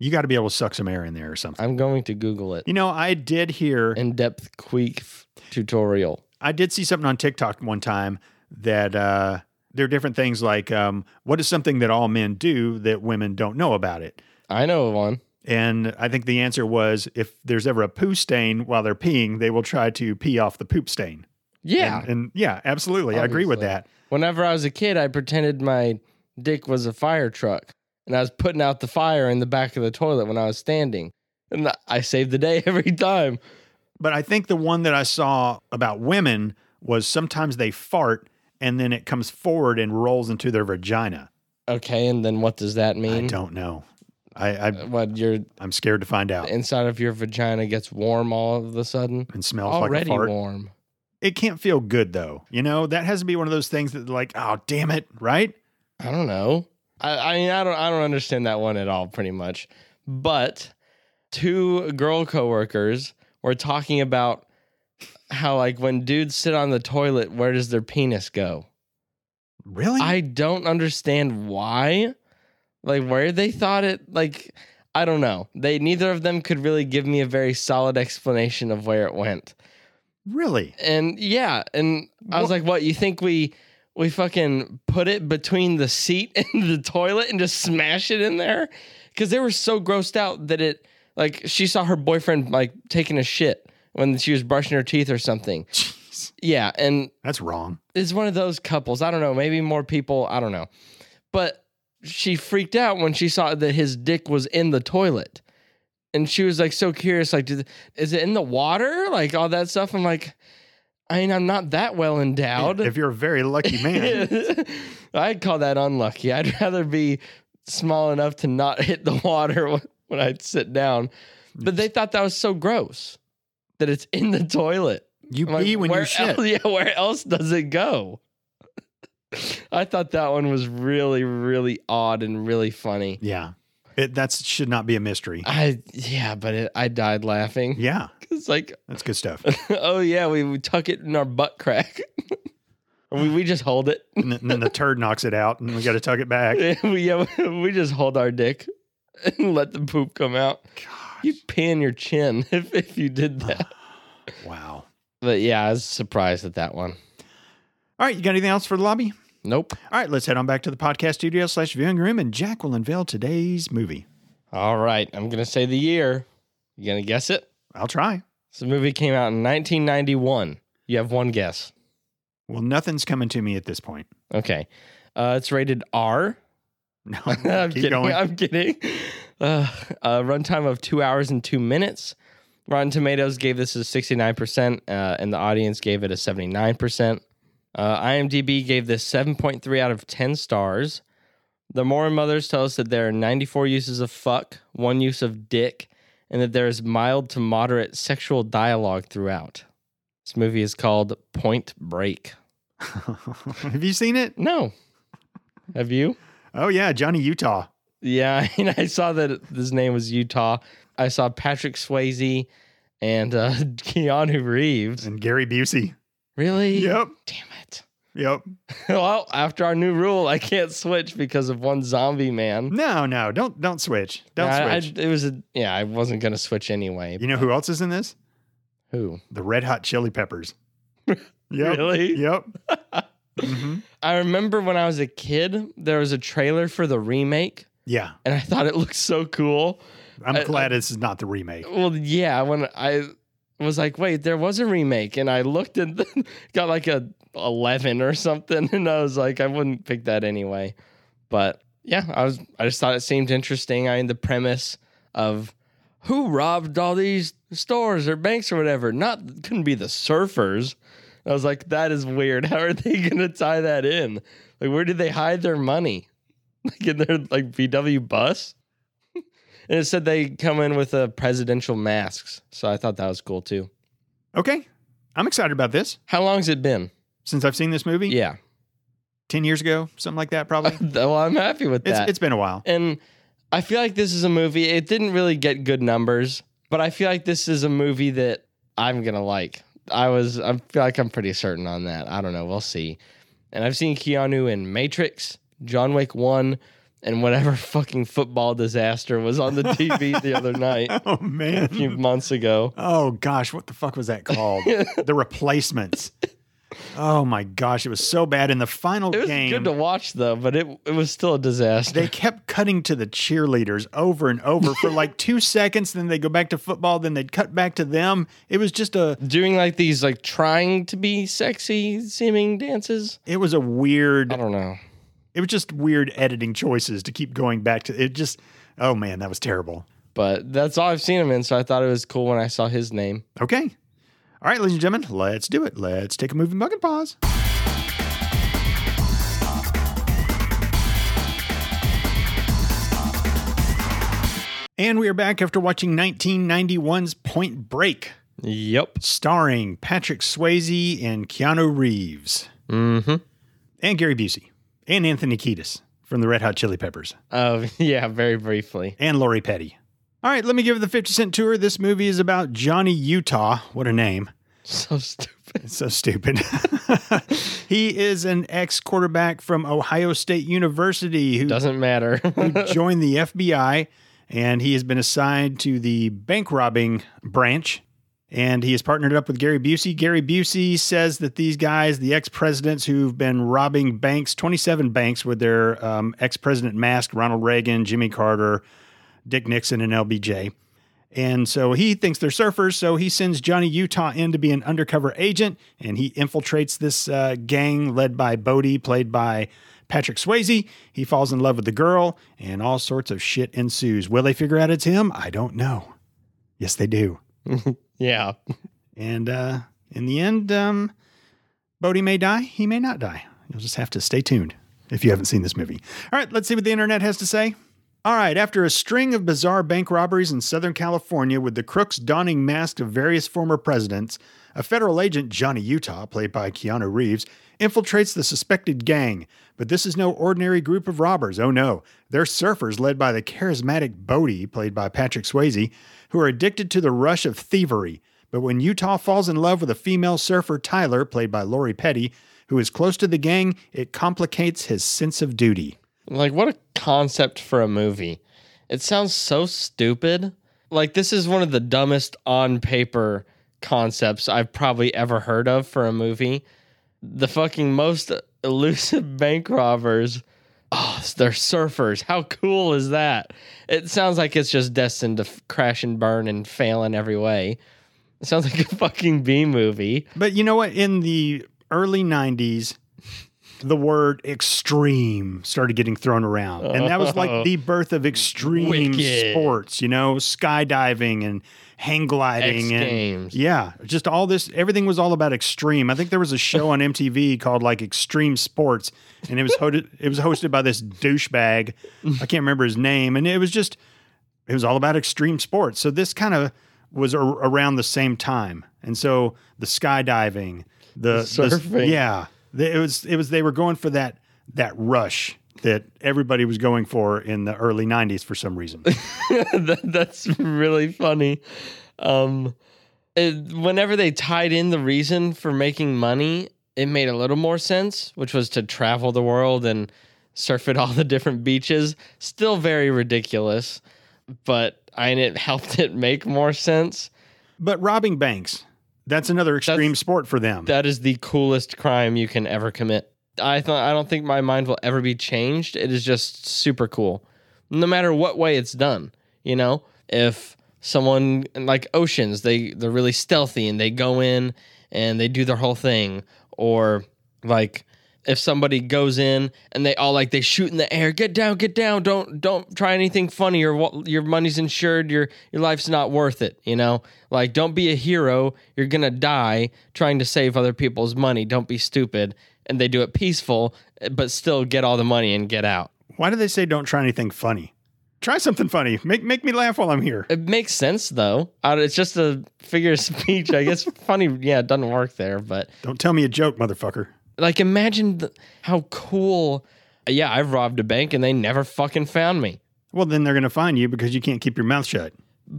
Speaker 2: You got to be able to suck some air in there or something.
Speaker 1: I'm going to Google it.
Speaker 2: You know, I did hear,
Speaker 1: In depth queef tutorial.
Speaker 2: I did see something on TikTok one time that uh, there are different things like um, what is something that all men do that women don't know about it?
Speaker 1: I know one.
Speaker 2: And I think the answer was if there's ever a poo stain while they're peeing, they will try to pee off the poop stain.
Speaker 1: Yeah.
Speaker 2: And, and yeah, absolutely. I agree with
Speaker 1: Obviously.
Speaker 2: that.
Speaker 1: Whenever I was a kid, I pretended my dick was a fire truck and I was putting out the fire in the back of the toilet when I was standing. And I saved the day every time.
Speaker 2: But I think the one that I saw about women was sometimes they fart and then it comes forward and rolls into their vagina.
Speaker 1: Okay, and then what does that
Speaker 2: I
Speaker 1: mean?
Speaker 2: don't know. I, I
Speaker 1: What your
Speaker 2: I'm scared to find out.
Speaker 1: inside of your vagina gets warm all of a sudden?
Speaker 2: And smells like a
Speaker 1: Already
Speaker 2: fart.
Speaker 1: warm.
Speaker 2: It can't feel good though. You know that has to be one of those things that like, oh damn it, right?
Speaker 1: I don't know. I, I mean, I don't, I don't understand that one at all, pretty much. But two girl coworkers were talking about how, like, when dudes sit on the toilet, where does their penis go?
Speaker 2: Really?
Speaker 1: I don't understand why, like, where they thought it. Like, I don't know. They neither of them could really give me a very solid explanation of where it went.
Speaker 2: really?
Speaker 1: And yeah, and I was
Speaker 2: Wha-
Speaker 1: like, "What? You think we we fucking put it between the seat and the toilet and just smash it in there?" Because they were so grossed out that it like she saw her boyfriend like taking a shit when she was brushing her teeth or something.
Speaker 2: Jeez,
Speaker 1: Yeah, and
Speaker 2: that's wrong.
Speaker 1: is one of those couples. I don't know, maybe more people, I don't know. But she freaked out when she saw that his dick was in the toilet. And she was like so curious, like, did, is it in the water? Like all that stuff. I'm like, I mean, I'm not that well endowed.
Speaker 2: If you're a very lucky man,
Speaker 1: I'd call that unlucky. I'd rather be small enough to not hit the water when- when I'd sit down. But they thought that was so gross that it's in the toilet.
Speaker 2: you
Speaker 1: I'm like,
Speaker 2: pee when
Speaker 1: where
Speaker 2: you shit.
Speaker 1: Else, yeah, where else does it go? I thought that one was really, really odd and really funny.
Speaker 2: Yeah, it, that should not be a mystery.
Speaker 1: I yeah, but it, I died laughing.
Speaker 2: Yeah,
Speaker 1: It's like,
Speaker 2: that's good stuff.
Speaker 1: oh yeah, we, we tuck it in our butt crack. Or we we just hold it.
Speaker 2: and, then, and then the turd knocks it out, and we got to tuck it back.
Speaker 1: we, yeah, we just hold our dick and let the poop come out. You pin your chin if, if you did that.
Speaker 2: Wow.
Speaker 1: But yeah, I was surprised at that one.
Speaker 2: All right, you got anything else for the lobby?
Speaker 1: Nope.
Speaker 2: All right, let's head on back to the podcast studio slash viewing room, and Jack will unveil today's movie.
Speaker 1: All right, I'm gonna say the year. You gonna guess it?
Speaker 2: I'll try.
Speaker 1: So the movie came out in 1991. You have one guess.
Speaker 2: Well, nothing's coming to me at this point.
Speaker 1: Okay. Uh, it's rated R.
Speaker 2: No,
Speaker 1: I'm
Speaker 2: keep
Speaker 1: kidding. uh,
Speaker 2: going.
Speaker 1: I'm kidding. Uh, a runtime of two hours and two minutes. Rotten Tomatoes gave this a 69%, uh, and the audience gave it a 79%. Uh, IMDb gave this 7.3 out of 10 stars. The Morin Mothers tell us that there are 94 uses of fuck, one use of dick, and that there is mild to moderate sexual dialogue throughout. This movie is called Point Break.
Speaker 2: Have you seen it?
Speaker 1: No. Have you?
Speaker 2: Oh yeah, Johnny Utah.
Speaker 1: Yeah, I mean, I saw that his name was Utah. I saw Patrick Swayze and uh, Keanu Reeves.
Speaker 2: and Gary Busey.
Speaker 1: Really?
Speaker 2: Yep.
Speaker 1: Damn it.
Speaker 2: Yep.
Speaker 1: well, after our new rule, I can't switch because of one zombie man.
Speaker 2: No, no, don't don't switch. Mm, Don't
Speaker 1: Yeah, I-
Speaker 2: switch.
Speaker 1: I, it was a yeah. I wasn't gonna switch anyway.
Speaker 2: you know who else is in this?
Speaker 1: Who?
Speaker 2: The Red Hot Chili Peppers. Yep.
Speaker 1: Really?
Speaker 2: Yep. Mhm.
Speaker 1: I remember when I was a kid, there was a trailer for the remake,
Speaker 2: Yeah.
Speaker 1: and I thought it looked so cool.
Speaker 2: I'm
Speaker 1: I-
Speaker 2: glad this is not the remake.
Speaker 1: Well, yeah, when I was like, wait, there was a remake, and I looked and got like a eleven or something, and I was like, I wouldn't pick that anyway. But yeah, I was I just thought it seemed interesting. I mean, the premise of who robbed all these stores or banks or whatever, not couldn't be the surfers. I was like, that is weird. How are they gonna tie that in? Like, where did they hide their money? Like in their like VW bus? And it said they come in with uh, presidential masks. So I thought that was cool too.
Speaker 2: Okay. I'm excited about this
Speaker 1: How long's it been?
Speaker 2: since I've seen this movie.
Speaker 1: Yeah.
Speaker 2: 10 years ago, something like that, probably.
Speaker 1: well, I'm happy with
Speaker 2: it's,
Speaker 1: that.
Speaker 2: it's been a while.
Speaker 1: and I feel like this is a movie, it didn't really get good numbers, but I feel like this is a movie that I'm going to like. I was, I feel like I'm pretty certain on that. I don't know. We'll see. And I've seen Keanu in Matrix, John Wick 1, and whatever fucking football disaster was on the TV the other night a
Speaker 2: Oh,
Speaker 1: few
Speaker 2: man.
Speaker 1: months ago.
Speaker 2: Oh, gosh. What the fuck was that called? the replacements. Oh, my gosh. It was so bad. In the final
Speaker 1: It was
Speaker 2: game,
Speaker 1: good to watch though, but it it was still a disaster.
Speaker 2: they kept cutting to the cheerleaders over and over for like two seconds. Then they go back to football. Then they'd cut back to them. It was just a,
Speaker 1: Doing like these like trying to be sexy seeming dances.
Speaker 2: it was a weird,
Speaker 1: I don't know.
Speaker 2: it was just weird editing choices to keep going back to it. Just, oh, man, that was terrible.
Speaker 1: But that's all I've seen him in, so I thought it was cool when I saw his name.
Speaker 2: Okay. All right, ladies and gentlemen, let's do it. Let's take a movie mug and pause. And we are back after watching 1991's Point Break,
Speaker 1: Yep.
Speaker 2: starring Patrick Swayze and Keanu Reeves,
Speaker 1: Mm-hmm.
Speaker 2: and Gary Busey, and Anthony Kiedis from the Red Hot Chili Peppers,
Speaker 1: Uh, yeah, very briefly.
Speaker 2: and Lori Petty. All right, let me give it the 50 Cent Tour. This movie is about Johnny Utah. What a name.
Speaker 1: So stupid.
Speaker 2: It's so stupid. he is an ex quarterback from Ohio State University who
Speaker 1: Doesn't matter.
Speaker 2: joined the FBI and he has been assigned to the bank robbing branch. And he has partnered up with Gary Busey. Gary Busey says that these guys, the ex presidents who've been robbing banks, 27 banks with their um, ex president mask, Ronald Reagan, Jimmy Carter, Dick Nixon, and LBJ. And so he thinks they're surfers. So he sends Johnny Utah in to be an undercover agent, and he infiltrates this uh, gang led by Bodie, played by Patrick Swayze. He falls in love with the girl, and all sorts of shit ensues. Will they figure out it's him? I don't know. Yes, they do.
Speaker 1: yeah.
Speaker 2: And uh, in the end, um, Bodie may die. He may not die. You'll just have to stay tuned if you haven't seen this movie. All right, let's see what the internet has to say. All right, after a string of bizarre bank robberies in Southern California with the crooks donning masks of various former presidents, a federal agent, Johnny Utah, played by Keanu Reeves, infiltrates the suspected gang. But this is no ordinary group of robbers. Oh no, they're surfers led by the charismatic Bodie, played by Patrick Swayze, who are addicted to the rush of thievery. But when Utah falls in love with a female surfer, Tyler, played by Lori Petty, who is close to the gang, it complicates his sense of duty.
Speaker 1: Like, what a concept for a movie. It sounds so stupid. Like, this is one of the dumbest on paper concepts I've probably ever heard of for a movie. The fucking most elusive bank robbers. Oh, they're surfers. How cool is that? It sounds like it's just destined to f- crash and burn and fail in every way. It sounds like a fucking B movie.
Speaker 2: But you know what? In the early 90s, the word extreme started getting thrown around. And that was like the birth of extreme
Speaker 1: Oh. Wicked.
Speaker 2: sports, you know, skydiving and hang gliding
Speaker 1: X
Speaker 2: and
Speaker 1: Games.
Speaker 2: yeah, just all this everything was all about extreme. I think there was a show on MTV called like Extreme Sports and it was hosted it was hosted by this douchebag. I can't remember his name and it was just it was all about extreme sports. So this kind of was ar- around the same time, and so the skydiving, the,
Speaker 1: The
Speaker 2: the-
Speaker 1: surfing.
Speaker 2: yeah, The- it was it was they were going for that that rush that everybody was going for in the early '90s for some reason.
Speaker 1: that, that's really funny. Um, it- whenever they tied in the reason for making money, it made a little more sense, which was to travel the world and surf at all the different beaches. Still very ridiculous, but I and it helped it make more sense.
Speaker 2: but robbing banks, that's another extreme sport for them.
Speaker 1: That is the coolest crime you can ever commit. I thought I don't think my mind will ever be changed. It is just super cool. No matter what way it's done, you know? If someone like oceans, they they're really stealthy and they go in and they do their whole thing or like if somebody goes in and they all like they shoot in the air, get down, get down, don't don't try anything funny. Your wa- your money's insured, your your life's not worth it. You know, like don't be a hero. You're gonna die trying to save other people's money. Don't be stupid. And they do it peaceful, but still get all the money and get out.
Speaker 2: Why do they say don't try anything funny? Try something funny. Make make me laugh while I'm here.
Speaker 1: It makes sense though. Uh, It's just a figure of speech, I guess. funny, yeah, it doesn't work there, but
Speaker 2: Don't tell me a joke, motherfucker.
Speaker 1: like imagine th- how cool. Yeah, I've robbed a bank and they never fucking found me.
Speaker 2: Well, then they're gonna find you because you can't keep your mouth shut.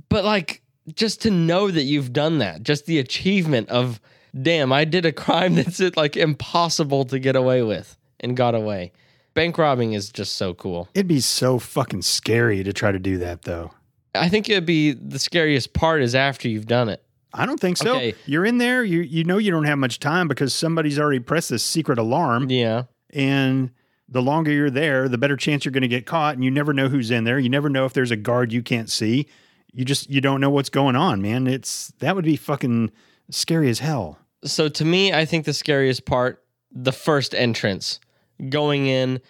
Speaker 1: but like just to know that you've done that just the achievement of damn i did a crime that's like impossible to get away with and got away bank robbing is just so cool
Speaker 2: It'd be so fucking scary to try to do that, though.
Speaker 1: i think it'd be the scariest part is after you've done it
Speaker 2: I don't think so.
Speaker 1: Okay.
Speaker 2: You're in there. You you know you don't have much time because somebody's already pressed this secret alarm,
Speaker 1: yeah
Speaker 2: and the longer you're there, the better chance you're going to get caught. And you never know who's in there. You never know if there's a guard you can't see. You just you don't know what's going on, man. It's that would be fucking scary as hell.
Speaker 1: so to me i think the scariest part the first entrance going in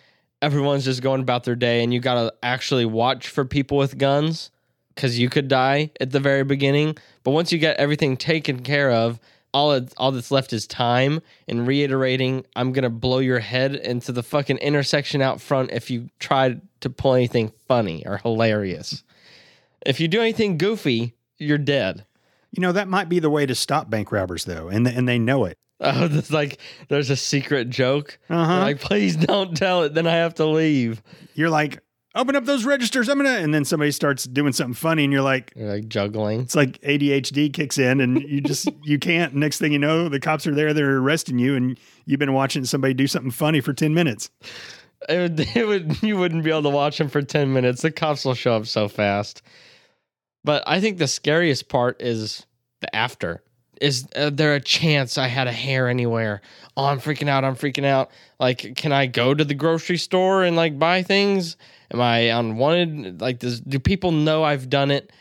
Speaker 1: everyone's just going about their day and you gotta actually watch for people with guns because you could die at the very beginning but once you get everything taken care of all it, all that's left is time and reiterating i'm gonna blow your head into the fucking intersection out front if you try to pull anything funny or hilarious if you do anything goofy you're dead
Speaker 2: You know that might be the way to stop bank robbers, though, and and they know it.
Speaker 1: Oh, that's like there's a secret joke.
Speaker 2: Uh-huh.
Speaker 1: They're Like, please don't tell it, then I have to leave.
Speaker 2: You're like, open up those registers. I'm gonna, and then somebody starts doing something funny, and you're like,
Speaker 1: You're like juggling.
Speaker 2: it's like ADHD kicks in and you just you can't. Next thing you know, the cops are there, they're arresting you, and you've been watching somebody do something funny for 10 minutes.
Speaker 1: It would, it would you wouldn't be able to watch them for 10 minutes. The cops will show up so fast. But I think the scariest part is the after. Is uh, there a chance I had a hair anywhere? Oh, I'm freaking out. I'm freaking out. Like, can I go to the grocery store and like buy things? Am I unwanted? Like, does, do people know I've done it?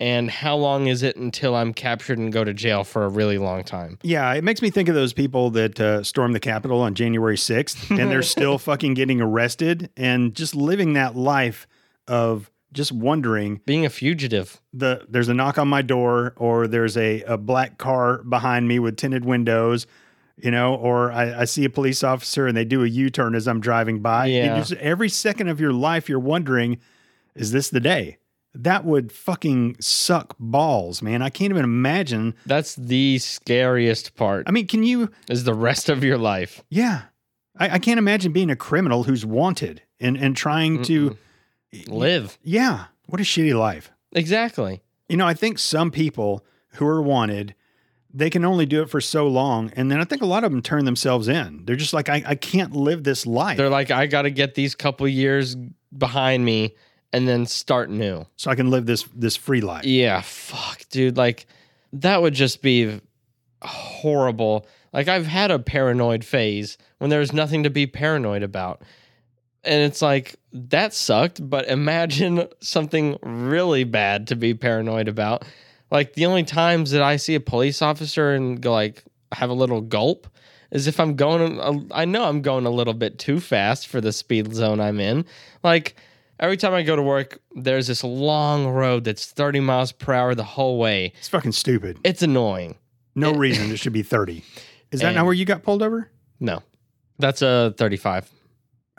Speaker 1: And how long is it until I'm captured and go to jail for a really long time?
Speaker 2: Yeah, it makes me think of those people that uh, stormed the Capitol on January 6th and they're still fucking getting arrested and just living that life of just wondering
Speaker 1: Being a fugitive.
Speaker 2: the there's a knock on my door or there's a, a black car behind me with tinted windows you know or I, I see a police officer and they do a u-turn as i'm driving by You
Speaker 1: Yeah.
Speaker 2: just- every second of your life you're wondering is this the day that would fucking suck balls man i can't even imagine
Speaker 1: That's the scariest part.
Speaker 2: i mean can you
Speaker 1: Is the rest of your life.
Speaker 2: yeah i, I can't imagine being a criminal who's wanted and and trying to
Speaker 1: Live.
Speaker 2: yeah what a shitty life
Speaker 1: Exactly.
Speaker 2: You know, I think some people who are wanted, they can only do it for so long. And then I think a lot of them turn themselves in. They're just like, I, I can't live this life.
Speaker 1: They're like, I got to get these couple years behind me and then start new.
Speaker 2: so I can live this this free life.
Speaker 1: Yeah, fuck, dude. Like, that would just be horrible. Like, I've had a paranoid phase when there was nothing to be paranoid about. And it's like, that sucked, but imagine something really bad to be paranoid about. Like, the only times that I see a police officer and go, like, have a little gulp is if I'm going, a- I know I'm going a little bit too fast for the speed zone I'm in. Like every time I go to work, there's this long road that's 30 miles per hour the whole way.
Speaker 2: It's fucking stupid.
Speaker 1: It's annoying.
Speaker 2: No reason. It should be 30. Is that
Speaker 1: And-
Speaker 2: not where you got pulled over?
Speaker 1: No, that's a 35.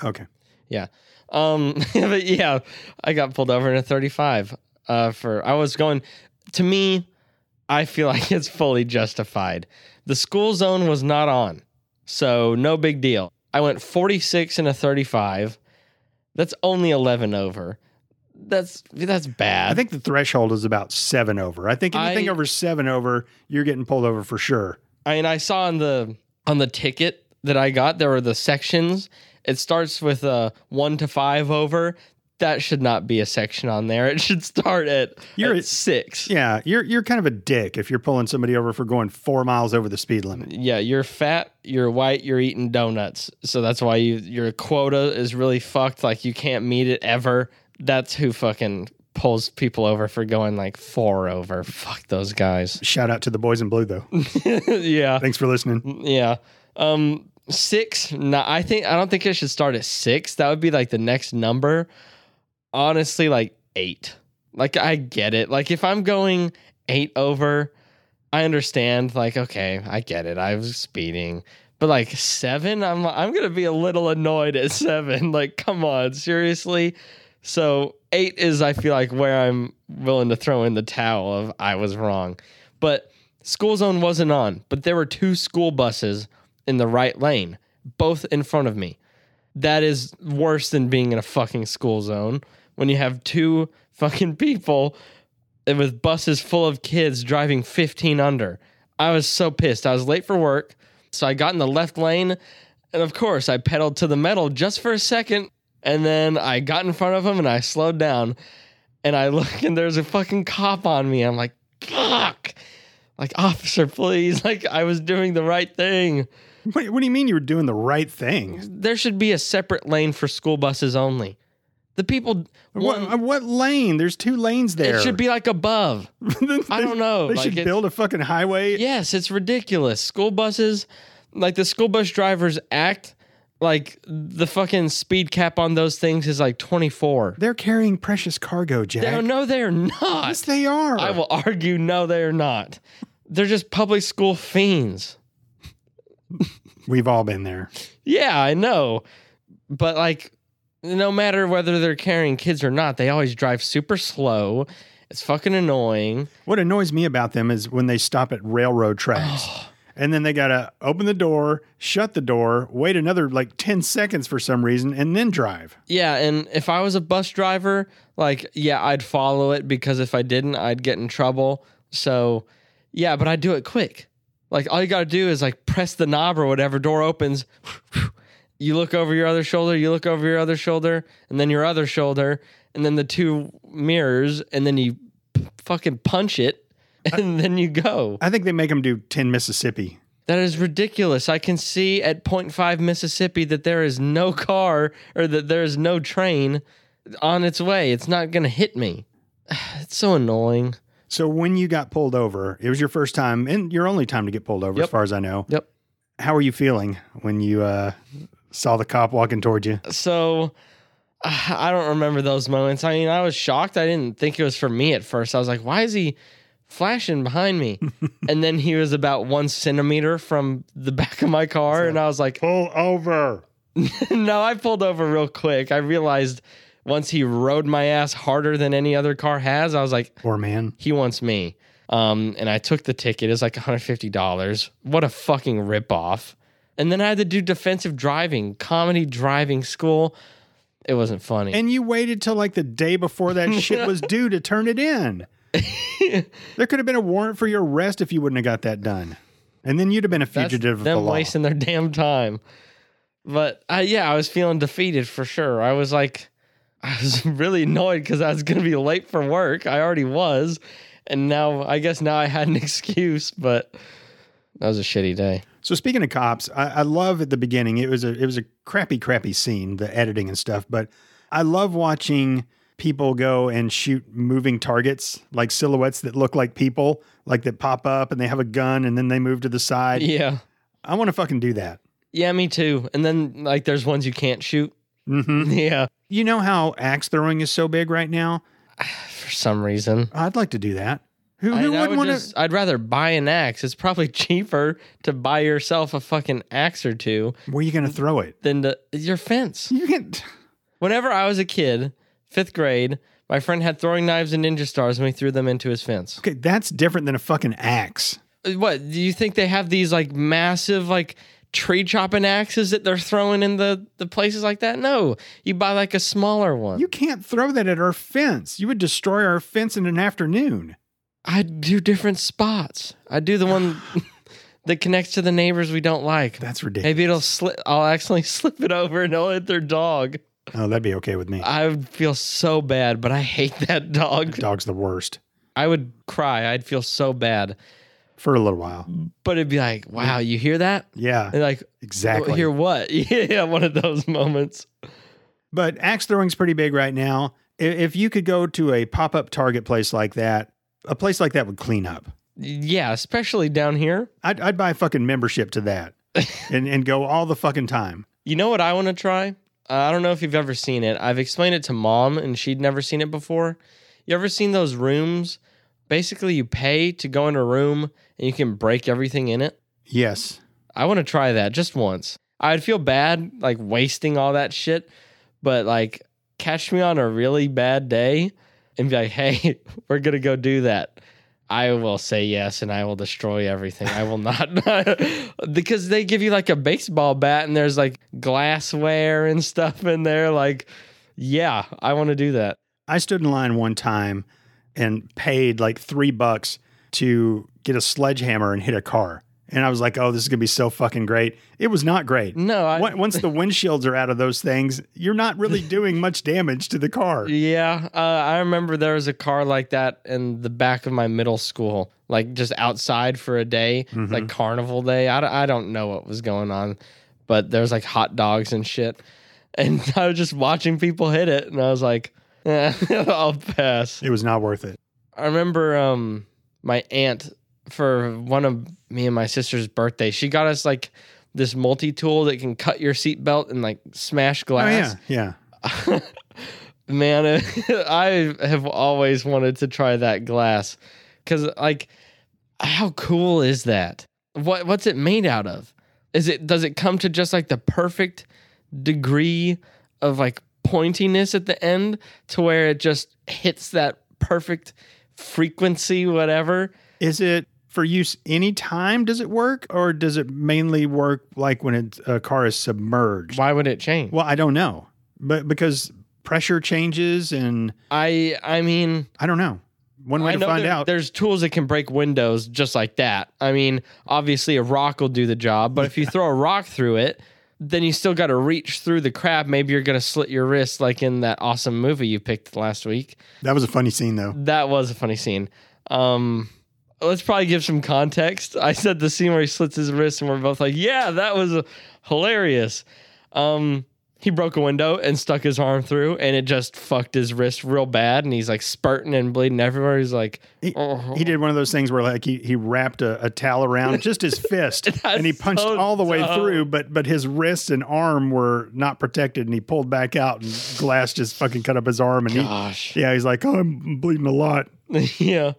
Speaker 2: Okay.
Speaker 1: Yeah. Um, but yeah, I got pulled over in a 35 uh, for, I was going, to me, I feel like it's fully justified. The school zone was not on, so no big deal. I went 46 and a 35. That's only 11 over. That's that's bad.
Speaker 2: I think the threshold is about seven over. I think anything
Speaker 1: I-
Speaker 2: over seven over, you're getting pulled over for sure.
Speaker 1: I mean, I saw on the on the ticket that I got there were the sections. It starts with uh, one to five over. That should not be a section on there. It should start at,
Speaker 2: You're
Speaker 1: at
Speaker 2: a-
Speaker 1: six.
Speaker 2: Yeah, you're you're kind of a dick if you're pulling somebody over for going four miles over the speed limit.
Speaker 1: Yeah, you're fat, you're white, you're eating donuts. So that's why you, your quota is really fucked. Like you can't meet it ever. That's who fucking pulls people over for going like four over. Fuck those guys.
Speaker 2: Shout out to the boys in blue though.
Speaker 1: yeah.
Speaker 2: Thanks for listening.
Speaker 1: Yeah. Um six, no, I think I don't think it should start at six. That would be like the next number. Honestly, like eight. Like I get it. Like if I'm going eight over, I understand. Like, okay, I get it. I was speeding. But like seven, I'm I'm gonna be a little annoyed at seven. Like, come on, seriously. So eight is I feel like where I'm willing to throw in the towel of I was wrong. But school zone wasn't on, but there were two school buses in the right lane, both in front of me. That is worse than being in a fucking school zone when you have two fucking people with buses full of kids driving 15 under. I was so pissed. I was late for work, so I got in the left lane, and of course, I pedaled to the metal just for a second, and then I got in front of him and I slowed down, and I look and there's a fucking cop on me. I'm like, fuck. Like, officer, please. Like, I was doing the right thing.
Speaker 2: What, what do you mean you were doing the right thing?
Speaker 1: There should be a separate lane for school buses only. The people, one-
Speaker 2: What, what lane? There's two lanes there.
Speaker 1: it should be like above. I don't know,
Speaker 2: They
Speaker 1: like,
Speaker 2: should
Speaker 1: it's-
Speaker 2: build a fucking highway.
Speaker 1: Yes, it's ridiculous. School buses, like the school bus drivers act like the fucking speed cap on those things is like 24.
Speaker 2: They're carrying precious cargo, Jack.
Speaker 1: No, no, they're not.
Speaker 2: Yes, they are.
Speaker 1: I will argue, no, they're not. They're just public school fiends.
Speaker 2: We've all been there.
Speaker 1: Yeah, I know. But like no matter whether they're carrying kids or not, they always drive super slow. It's fucking annoying.
Speaker 2: What annoys me about them is when they stop at railroad tracks.
Speaker 1: Oh.
Speaker 2: And then they got to open the door, shut the door, wait another like 10 seconds for some reason, and then drive.
Speaker 1: Yeah, and if I was a bus driver, like yeah, I'd follow it because if I didn't, I'd get in trouble. So, yeah, but I do it quick. Like all you got to do is like press the knob or whatever door opens. You look over your other shoulder, you look over your other shoulder, and then your other shoulder, and then the two mirrors, and then you p- fucking punch it, and then you go.
Speaker 2: I think they make them do 10 Mississippi.
Speaker 1: That is ridiculous. I can see at 0.5 Mississippi that there is no car or that there is no train on its way. It's not going to hit me. It's so annoying.
Speaker 2: So when you got pulled over, it was your first time and your only time to get pulled over, as
Speaker 1: Yep.
Speaker 2: far as I know.
Speaker 1: Yep.
Speaker 2: How were you feeling when you uh, saw the cop walking toward you?
Speaker 1: So uh, I don't remember those moments. I mean, I was shocked. I didn't think it was for me at first. I was like, why is he flashing behind me? and then he was about one centimeter from the back of my car. And I was like,
Speaker 2: Pull over.
Speaker 1: no, I pulled over real quick. I realized once he rode my ass harder than any other car has, I was like,
Speaker 2: Poor man.
Speaker 1: he wants me. Um, and I took the ticket. It was like $150. What a fucking ripoff. And then I had to do defensive driving, comedy driving school. It wasn't funny.
Speaker 2: And you waited till like the day before that shit was due to turn it in. there could have been a warrant for your arrest if you wouldn't have got that done. And then you'd have been a
Speaker 1: That's
Speaker 2: fugitive of the
Speaker 1: them
Speaker 2: law.
Speaker 1: wasting their damn time. But I, yeah, I was feeling defeated for sure. I was like, I was really annoyed because I was going to be late for work. I already was, and now I guess now I had an excuse. But that was a shitty day.
Speaker 2: So speaking of cops, I, I love at the beginning. It was a it was a crappy, crappy scene, the editing and stuff. But I love watching people go and shoot moving targets, like silhouettes that look like people, like that pop up and they have a gun and then they move to the side.
Speaker 1: Yeah,
Speaker 2: I want to fucking do that.
Speaker 1: Yeah, me too. And then like there's ones you can't shoot.
Speaker 2: hmm
Speaker 1: Yeah,
Speaker 2: You know how axe throwing is so big right now?
Speaker 1: for some reason.
Speaker 2: I'd like to do that. Who,
Speaker 1: I,
Speaker 2: who
Speaker 1: I
Speaker 2: would
Speaker 1: would
Speaker 2: want
Speaker 1: just-
Speaker 2: to?
Speaker 1: I'd rather buy an axe. It's probably cheaper to buy yourself a fucking axe or two
Speaker 2: Where are you going to throw it?
Speaker 1: than to, your fence.
Speaker 2: You can.
Speaker 1: Whenever I was a kid, fifth grade, my friend had throwing knives and ninja stars, and we threw them into his fence.
Speaker 2: Okay, that's different than a fucking axe.
Speaker 1: Uh, What do you think they have these like massive like tree chopping axes that they're throwing in the the places like that? No, you buy like a smaller one.
Speaker 2: You can't throw that at our fence. You would destroy our fence in an afternoon.
Speaker 1: I do different spots. I do the one that connects to the neighbors we don't like.
Speaker 2: That's ridiculous.
Speaker 1: Maybe it'll slip. I'll accidentally slip it over and it'll hit their dog.
Speaker 2: Oh, that'd be okay with me.
Speaker 1: I would feel so bad, but I hate that dog.
Speaker 2: Dog's the worst
Speaker 1: I would cry. I'd feel so bad.
Speaker 2: for a little while.
Speaker 1: But it'd be like, wow, you hear that?
Speaker 2: Yeah,
Speaker 1: And like,
Speaker 2: exactly.
Speaker 1: hear what? yeah, one of those moments.
Speaker 2: But axe throwing's pretty big right now. I- If you could go to a pop up target place like that, a place like that would clean up.
Speaker 1: Yeah, especially down here.
Speaker 2: I'd, I'd buy a fucking membership to that and, and go all the fucking time.
Speaker 1: You know what I want to try? Uh, I don't know if you've ever seen it. I've explained it to mom and she'd never seen it before. You ever seen those rooms? Basically, you pay to go in a room and you can break everything in it.
Speaker 2: Yes.
Speaker 1: I want to try that just once. I'd feel bad like wasting all that shit, but like catch me on a really bad day and be like, "Hey, we're going to go do that." I will say yes and I will destroy everything. I will not because they give you like a baseball bat and there's like glassware and stuff in there like yeah, I want to do that.
Speaker 2: I stood in line one time and paid like three bucks to get a sledgehammer and hit a car. And I was like, oh, this is going to be so fucking great. It was not great.
Speaker 1: No, I
Speaker 2: Once- Once the windshields are out of those things, you're not really doing much damage to the car.
Speaker 1: Yeah, uh, I remember there was a car like that in the back of my middle school, like just outside for a day,
Speaker 2: Mm-hmm.
Speaker 1: like carnival day. I, don't- I don't know what was going on, but there was like hot dogs and shit. And I was just watching people hit it, and I was like, eh, I'll pass.
Speaker 2: It was not worth it.
Speaker 1: I remember um, my aunt for one of me and my sister's birthday, she got us like this multi tool that can cut your seatbelt and like smash
Speaker 2: Oh,
Speaker 1: glass.
Speaker 2: yeah. Yeah.
Speaker 1: Man, I have always wanted to try that glass because, like, how cool is that? What what's it made out of? Is it does it come to just like the perfect degree of like pointiness at the end to where it just hits that perfect frequency, whatever?
Speaker 2: Is it for use any time? Does it work, or does it mainly work like when it, a car is submerged?
Speaker 1: Why would it change?
Speaker 2: Well, I don't know, but because pressure changes, and
Speaker 1: I I mean.
Speaker 2: I don't know. One way
Speaker 1: I
Speaker 2: to
Speaker 1: know
Speaker 2: find
Speaker 1: there-
Speaker 2: out.
Speaker 1: There's tools that can break windows just like that. I mean, obviously a rock will do the job, but if you throw a rock through it, then you still got to reach through the crap. Maybe you're gonna slit your wrist, like in that awesome movie you picked last week.
Speaker 2: That was a funny scene, though.
Speaker 1: That was a funny scene. Um, let's probably give some context. I said the scene where he slits his wrist, and we're both like, "Yeah, that was uh, hilarious." Um, he broke a window and stuck his arm through, and it just fucked his wrist real bad. And he's like spurting and bleeding everywhere. He's like,
Speaker 2: He,
Speaker 1: Oh.
Speaker 2: he did one of those things where like he, he wrapped a, a towel around just his fist and he punched
Speaker 1: so
Speaker 2: all the way
Speaker 1: dumb.
Speaker 2: through, but but his wrist and arm were not protected, and he pulled back out, and glass just fucking cut up his arm, and
Speaker 1: "Gosh,
Speaker 2: he, yeah, he's like, oh, I'm bleeding a lot.
Speaker 1: yeah.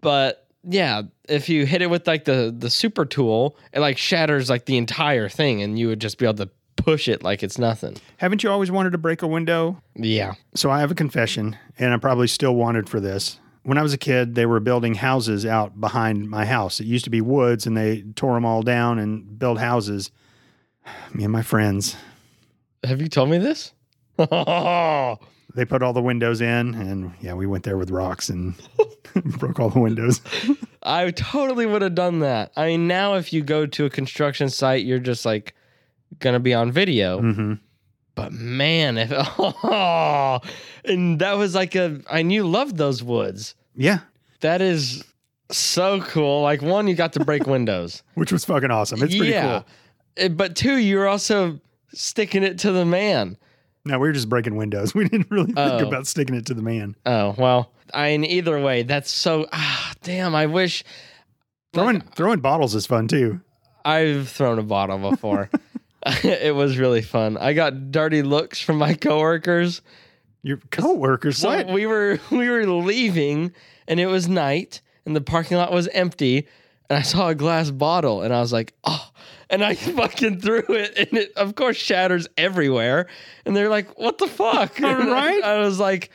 Speaker 1: But yeah, if you hit it with like the the super tool, it like shatters like the entire thing, and you would just be able to push it like it's nothing.
Speaker 2: Haven't you always wanted to break a window?
Speaker 1: Yeah.
Speaker 2: So I have a confession, and I'm probably still wanted for this. When I was a kid, they were building houses out behind my house. It used to be woods, and they tore them all down and built houses. Me and my friends,
Speaker 1: Have you told me this?
Speaker 2: they put all the windows in, and yeah, we went there with rocks and broke all the windows.
Speaker 1: I totally would have done that. I mean, now if you go to a construction site, you're just like gonna be on video.
Speaker 2: hmm
Speaker 1: But man, if and that was like a I knew loved those woods.
Speaker 2: Yeah,
Speaker 1: That is so cool. Like one, you got to break windows.
Speaker 2: which was fucking awesome. It's pretty cool.
Speaker 1: Uh, But two, you're also sticking it to the man.
Speaker 2: No, we were just breaking windows. We didn't really think
Speaker 1: Oh.
Speaker 2: about sticking it to the man.
Speaker 1: Oh well. I in either way, that's so ah damn. I wish
Speaker 2: Throwing throwing bottles is fun too.
Speaker 1: I've thrown a bottle before. it was really fun. I got dirty looks from my coworkers.
Speaker 2: Your coworkers,
Speaker 1: So
Speaker 2: what?
Speaker 1: we were we were leaving and it was night and the parking lot was empty and I saw a glass bottle and I was like, "Oh." And I fucking threw it and it of course shatters everywhere and they're like, "What the fuck?" And I-
Speaker 2: Right?
Speaker 1: I was like,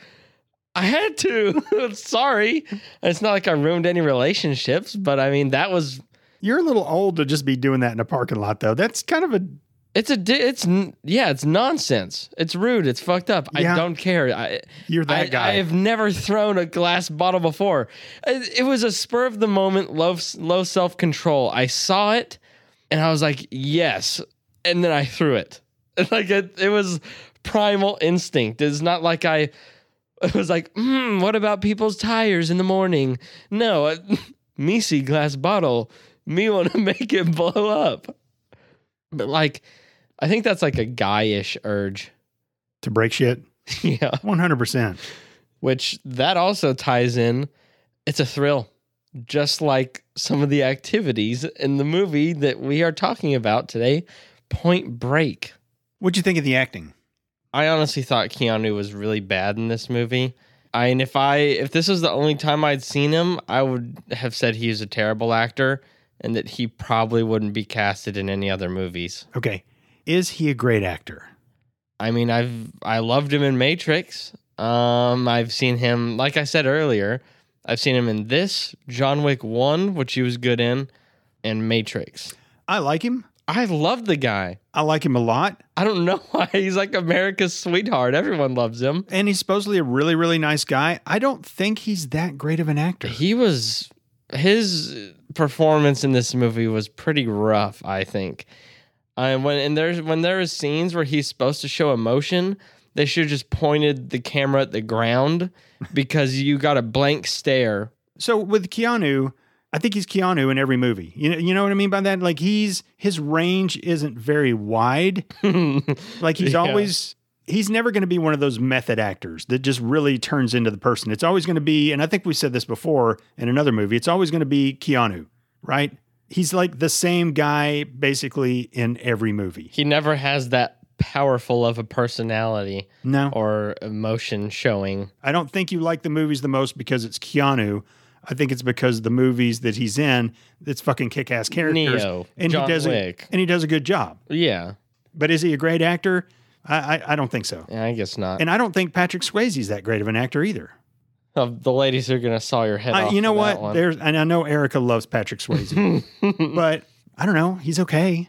Speaker 1: I had to. Sorry. It's not like I ruined any relationships, but I mean that was
Speaker 2: You're a little old to just be doing that in a parking lot, though. That's kind of a
Speaker 1: It's a di- it's n- yeah, it's nonsense. It's rude. It's fucked up.
Speaker 2: Yeah.
Speaker 1: I don't care. I,
Speaker 2: You're that
Speaker 1: I,
Speaker 2: guy.
Speaker 1: I have never thrown a glass bottle before. It, it was a spur of the moment, low s- low self control. I saw it, and I was like, yes, and then I threw it. Like it, it was primal instinct. It's not like I. It was like, hmm, what about people's tires in the morning? No, uh, me see glass bottle. Me want to make it blow up. But like, I think that's like a guyish urge.
Speaker 2: to break shit.
Speaker 1: yeah.
Speaker 2: 100%.
Speaker 1: Which that also ties in. It's a thrill, just like some of the activities in the movie that we are talking about today, Point Break.
Speaker 2: What'd you think of the acting?
Speaker 1: I honestly thought Keanu was really bad in this movie. I and if I if this was the only time I'd seen him, I would have said he is a terrible actor and that he probably wouldn't be casted in any other movies.
Speaker 2: Okay. Is he a great actor?
Speaker 1: I mean, I've I loved him in Matrix. Um, I've seen him, like I said earlier, I've seen him in this John Wick One, which he was good in, and Matrix.
Speaker 2: I like him.
Speaker 1: I love the guy.
Speaker 2: I like him a lot.
Speaker 1: I don't know why he's like America's sweetheart. Everyone loves him.
Speaker 2: And he's supposedly a really, really nice guy. I don't think he's that great of an actor.
Speaker 1: He was his performance in this movie was pretty rough, I think. And when and there's when there is scenes where he's supposed to show emotion, they should have just pointed the camera at the ground because you got a blank stare.
Speaker 2: So with Keanu, I think he's Keanu in every movie. You know, you know what I mean by that? Like he's his range isn't very wide. Like he's
Speaker 1: Yeah.
Speaker 2: always he's never going to be one of those method actors that just really turns into the person. It's always going to be, and I think we said this before in another movie, it's always going to be Keanu, right? He's like the same guy basically in every movie.
Speaker 1: he never has that powerful of a personality
Speaker 2: No.
Speaker 1: or emotion showing.
Speaker 2: I don't think you like the movies the most because it's Keanu. I think it's because the movies that he's in, it's fucking kick-ass characters,
Speaker 1: Neo,
Speaker 2: and
Speaker 1: John
Speaker 2: he does
Speaker 1: Wick.
Speaker 2: A, and he does a good job.
Speaker 1: Yeah,
Speaker 2: But is he a great actor? I, I, I don't think so.
Speaker 1: yeah I guess not.
Speaker 2: And I don't think Patrick Swayze's that great of an actor either.
Speaker 1: of Oh, the ladies who are gonna saw your head
Speaker 2: I,
Speaker 1: off.
Speaker 2: you know
Speaker 1: for that
Speaker 2: what?
Speaker 1: one.
Speaker 2: There's, and I know Erica loves Patrick Swayze, but I don't know. He's okay.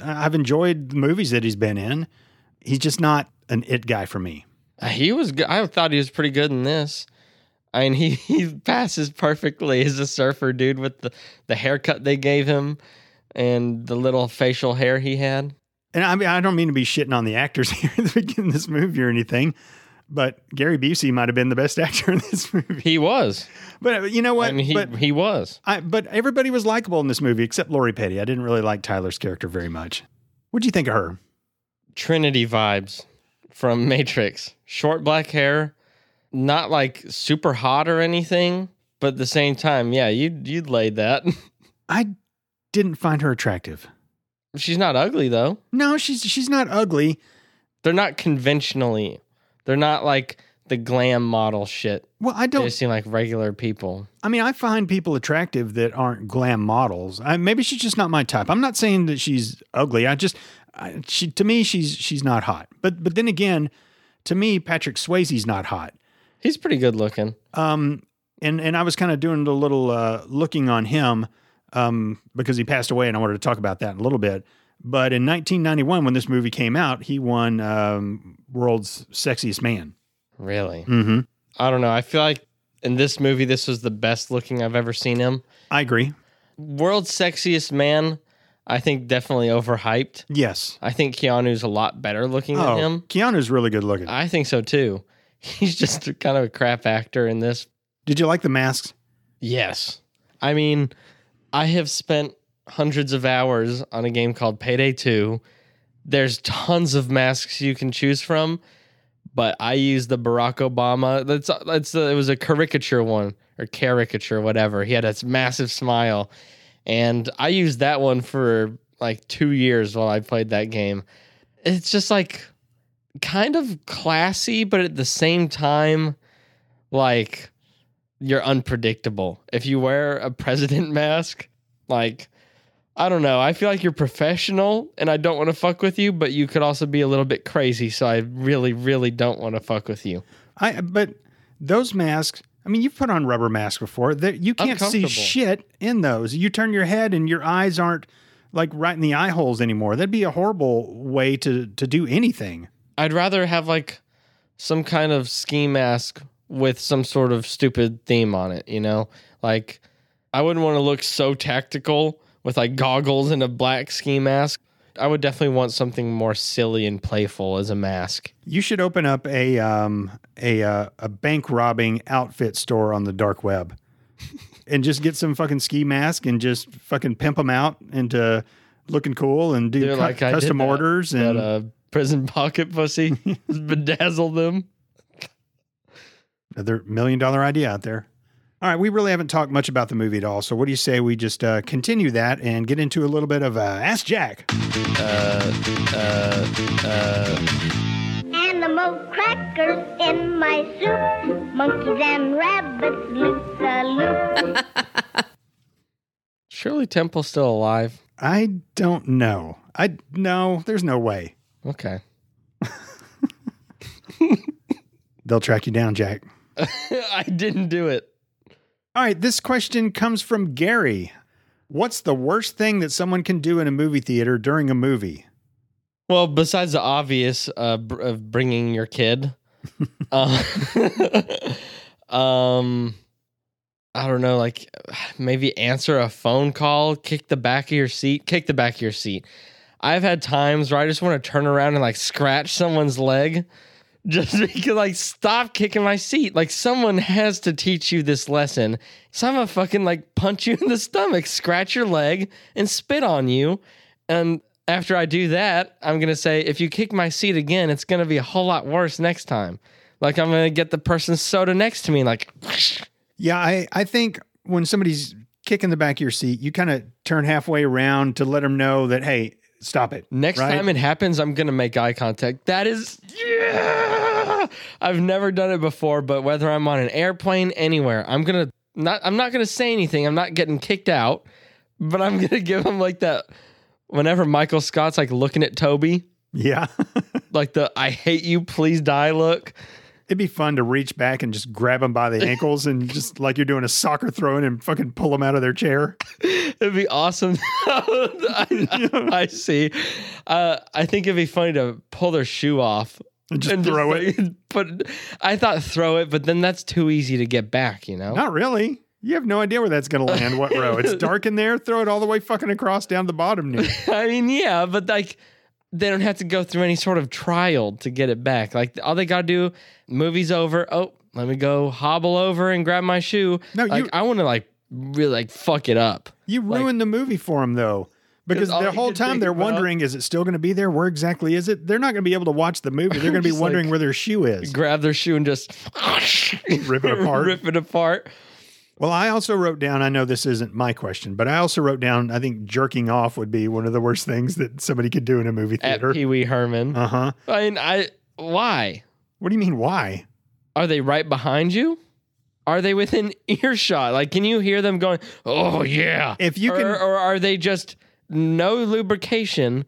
Speaker 2: I- I've enjoyed the movies that he's been in. He's just not an it guy for me.
Speaker 1: Uh, He was. Good. I thought he was pretty good in this. I mean, he, he passes perfectly as a surfer dude with the, the haircut they gave him and the little facial hair he had.
Speaker 2: And I mean, I don't mean to be shitting on the actors here at the beginning of this movie or anything, but Gary Busey might have been the best actor in this movie.
Speaker 1: He was.
Speaker 2: But uh, you know what?
Speaker 1: I mean, he,
Speaker 2: but,
Speaker 1: he was.
Speaker 2: I, but everybody was likable in this movie except Lori Petty. I didn't really like Tyler's character very much. What'd you think of her?
Speaker 1: Trinity vibes from Matrix. Short black hair, not like super hot or anything, but at the same time, yeah, you you'd lay that.
Speaker 2: I didn't find her attractive.
Speaker 1: She's not ugly though.
Speaker 2: No, she's she's not ugly.
Speaker 1: They're not conventionally. They're not like the glam model shit.
Speaker 2: Well, I
Speaker 1: They
Speaker 2: don't.
Speaker 1: just seem like regular people.
Speaker 2: I mean, I find people attractive that aren't glam models. I, maybe she's just not my type. I'm not saying that she's ugly. I just, I, she to me, she's she's not hot. But but then again, to me, Patrick Swayze's not hot.
Speaker 1: He's pretty good looking.
Speaker 2: Um, and and I was kind of doing a little uh, looking on him, um, because he passed away, and I wanted to talk about that in a little bit. But in 1991, when this movie came out, he won um, World's Sexiest Man.
Speaker 1: Really?
Speaker 2: Mm-hmm.
Speaker 1: I don't know. I feel like in this movie, this was the best looking I've ever seen him.
Speaker 2: I agree.
Speaker 1: World's sexiest man, I think definitely overhyped.
Speaker 2: Yes.
Speaker 1: I think Keanu's a lot better looking
Speaker 2: oh,
Speaker 1: than him.
Speaker 2: Keanu's really good looking.
Speaker 1: I think so too. He's just a kind of a crap actor in this.
Speaker 2: Did you like the masks?
Speaker 1: Yes. I mean, I have spent hundreds of hours on a game called Payday 2. There's tons of masks you can choose from, but I used the Barack Obama. That's that's the, it was a caricature one or caricature whatever. He had a massive smile And I used that one for like two years while I played that game. It's just like kind of classy, but at the same time, like you're unpredictable. If you wear a president mask, like I don't know, I feel like you're professional and I don't want to fuck with you, but you could also be a little bit crazy, so I really really don't want to fuck with you.
Speaker 2: I but those masks. I mean, you've put on rubber masks before. That you can't see
Speaker 1: Uncomfortable.
Speaker 2: shit in those. You turn your head and your eyes aren't like right in the eye holes anymore. That'd be a horrible way to to do anything.
Speaker 1: I'd rather have like some kind of ski mask with some sort of stupid theme on it, you know? Like I wouldn't want to look so tactical with like goggles and a black ski mask. I would definitely want something more silly and playful as a mask.
Speaker 2: You should open up a um a uh, a bank robbing outfit store on the dark web, and just get some fucking ski mask and just fucking pimp them out into looking cool and do
Speaker 1: They're
Speaker 2: cu-
Speaker 1: like I did
Speaker 2: custom
Speaker 1: that-
Speaker 2: orders
Speaker 1: That
Speaker 2: and
Speaker 1: uh, prison pocket pussy bedazzle them.
Speaker 2: Another million dollar idea out there. All right, we really haven't talked much about the movie at all. So, what do you say we just uh, continue that and get into a little bit of uh, Ask Jack?
Speaker 6: Animal crackers in my soup. Monkeys and rabbits loop a loop.
Speaker 1: Shirley Temple's still alive.
Speaker 2: I don't know. I no, there's no way
Speaker 1: Okay.
Speaker 2: they'll track you down, Jack.
Speaker 1: I didn't do it.
Speaker 2: All right, this question comes from Gary. What's the worst thing that someone can do in a movie theater during a movie?
Speaker 1: Well, besides the obvious uh, br- of bringing your kid, uh, um, I don't know, like maybe answer a phone call, kick the back of your seat, kick the back of your seat. I've had times where I just want to turn around and like scratch someone's leg just because like stop kicking my seat. Like someone has to teach you this lesson. So I'm gonna fucking like punch you in the stomach, scratch your leg, and spit on you. And after I do that, I'm gonna say, if you kick my seat again, it's gonna be a whole lot worse next time. Like I'm gonna get the person's soda next to me, and like
Speaker 2: Yeah, I, I think when somebody's kicking the back of your seat, you kind of turn halfway around to let them know that, hey, stop it.
Speaker 1: next
Speaker 2: right?
Speaker 1: time it happens, I'm gonna make eye contact. That is yeah! I've never done it before, but whether I'm on an airplane anywhere, I'm gonna not I'm not gonna say anything. I'm not getting kicked out, but I'm gonna give them like that whenever Michael Scott's like looking at Toby,
Speaker 2: Yeah.
Speaker 1: like the I hate you, please die look.
Speaker 2: It'd be fun to reach back and just grab them by the ankles and just like you're doing a soccer throw in and fucking pull them out of their chair.
Speaker 1: It'd be awesome. I, I- I see. Uh, I think it'd be funny to pull their shoe off
Speaker 2: And just throw it.
Speaker 1: But I thought throw it, but then that's too easy to get back. You know.
Speaker 2: Not really. You have no idea where that's going to land, what row. It's dark in there. Throw it all the way fucking across down the bottom. Now.
Speaker 1: I mean, yeah, but like they don't have to go through any sort of trial to get it back. Like all they gotta do, movie's over. Oh, let me go hobble over and grab my shoe.
Speaker 2: No,
Speaker 1: like
Speaker 2: you-
Speaker 1: I want to like really like fuck it up.
Speaker 2: You ruined the movie for them, though. Because
Speaker 1: 'Cause all
Speaker 2: the
Speaker 1: you
Speaker 2: whole
Speaker 1: could
Speaker 2: time
Speaker 1: think
Speaker 2: they're
Speaker 1: about-
Speaker 2: wondering, is it still going to be there? Where exactly is it? They're not going to be able to watch the movie. They're going to be
Speaker 1: Just
Speaker 2: wondering
Speaker 1: like-
Speaker 2: where their shoe is.
Speaker 1: Grab their shoe and just rip
Speaker 2: it apart.
Speaker 1: Rip it apart.
Speaker 2: Well, I also wrote down, I know this isn't my question, but I also wrote down, I think jerking off would be one of the worst things that somebody could do in a movie
Speaker 1: at
Speaker 2: theater.
Speaker 1: Pee Wee Herman.
Speaker 2: Uh huh.
Speaker 1: I mean, I why
Speaker 2: What do you mean, why?
Speaker 1: are they right behind you? Are they within earshot? Like, can you hear them going? Oh yeah.
Speaker 2: If you
Speaker 1: or,
Speaker 2: can-
Speaker 1: or are they just no lubrication?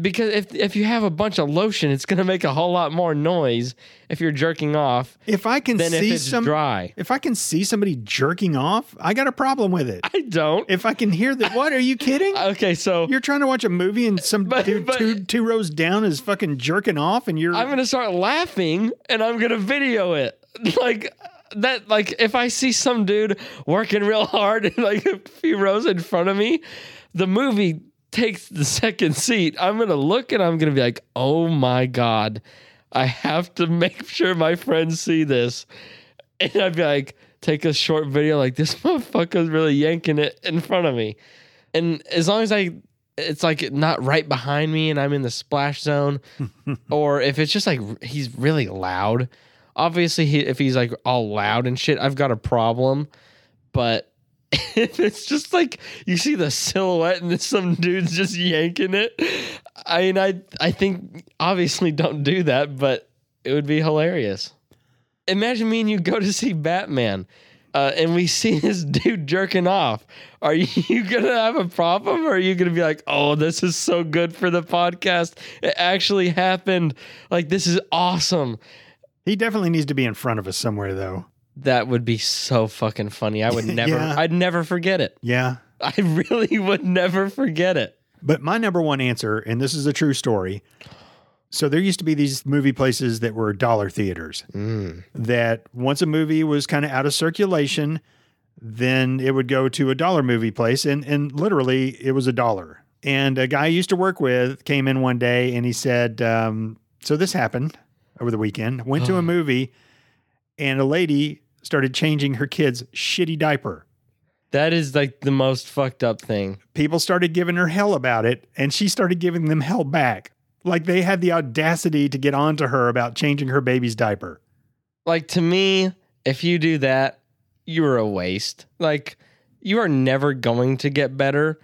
Speaker 1: Because if if you have a bunch of lotion, it's gonna make a whole lot more noise if you're jerking off
Speaker 2: If I can
Speaker 1: than if
Speaker 2: see
Speaker 1: it's
Speaker 2: some,
Speaker 1: dry.
Speaker 2: if I can see somebody jerking off, I got a problem with it.
Speaker 1: I don't.
Speaker 2: If I can hear that, what are you kidding?
Speaker 1: okay, so
Speaker 2: You're trying to watch a movie and some
Speaker 1: But-
Speaker 2: dude
Speaker 1: but-
Speaker 2: two, two rows down is fucking jerking off, and you're
Speaker 1: I'm gonna start laughing and I'm gonna video it. Like that like if I see some dude working real hard and like a few rows in front of me, the movie takes the second seat. I'm gonna look and I'm gonna be like, oh my god, I have to make sure my friends see this. And I'd be like, take a short video like this motherfucker's really yanking it in front of me. And as long as I it's like not right behind me and I'm in the splash zone or if it's just like r- he's really loud. Obviously, he, if he's like all loud and shit, I've got a problem. But it's just like you see the silhouette and then some dude's just yanking it. I mean, I I think obviously don't do that, but it would be hilarious. Imagine me and you go to see Batman, uh, and we see this dude jerking off. Are you gonna have a problem, or are you gonna be like, "Oh, this is so good for the podcast. It actually happened. Like this is awesome."
Speaker 2: He definitely needs to be in front of us somewhere, though.
Speaker 1: That would be so fucking funny. I would never.
Speaker 2: Yeah.
Speaker 1: I'd never forget it.
Speaker 2: Yeah.
Speaker 1: I really would never forget it.
Speaker 2: But my number one answer, and this is a true story. So there used to be these movie places that were dollar theaters that once a movie was kind of out of circulation, then it would go to a dollar movie place and and literally it was a dollar. And a guy I used to work with came in one day and he said, um, so this happened over the weekend. Went to a movie and a lady started changing her kid's shitty diaper
Speaker 1: That is like the most fucked up thing.
Speaker 2: people started giving her hell about it, and she started giving them hell back. Like they had the audacity to get onto her about changing her baby's diaper.
Speaker 1: Like to me, if you do that, you're a waste. Like you are never going to get better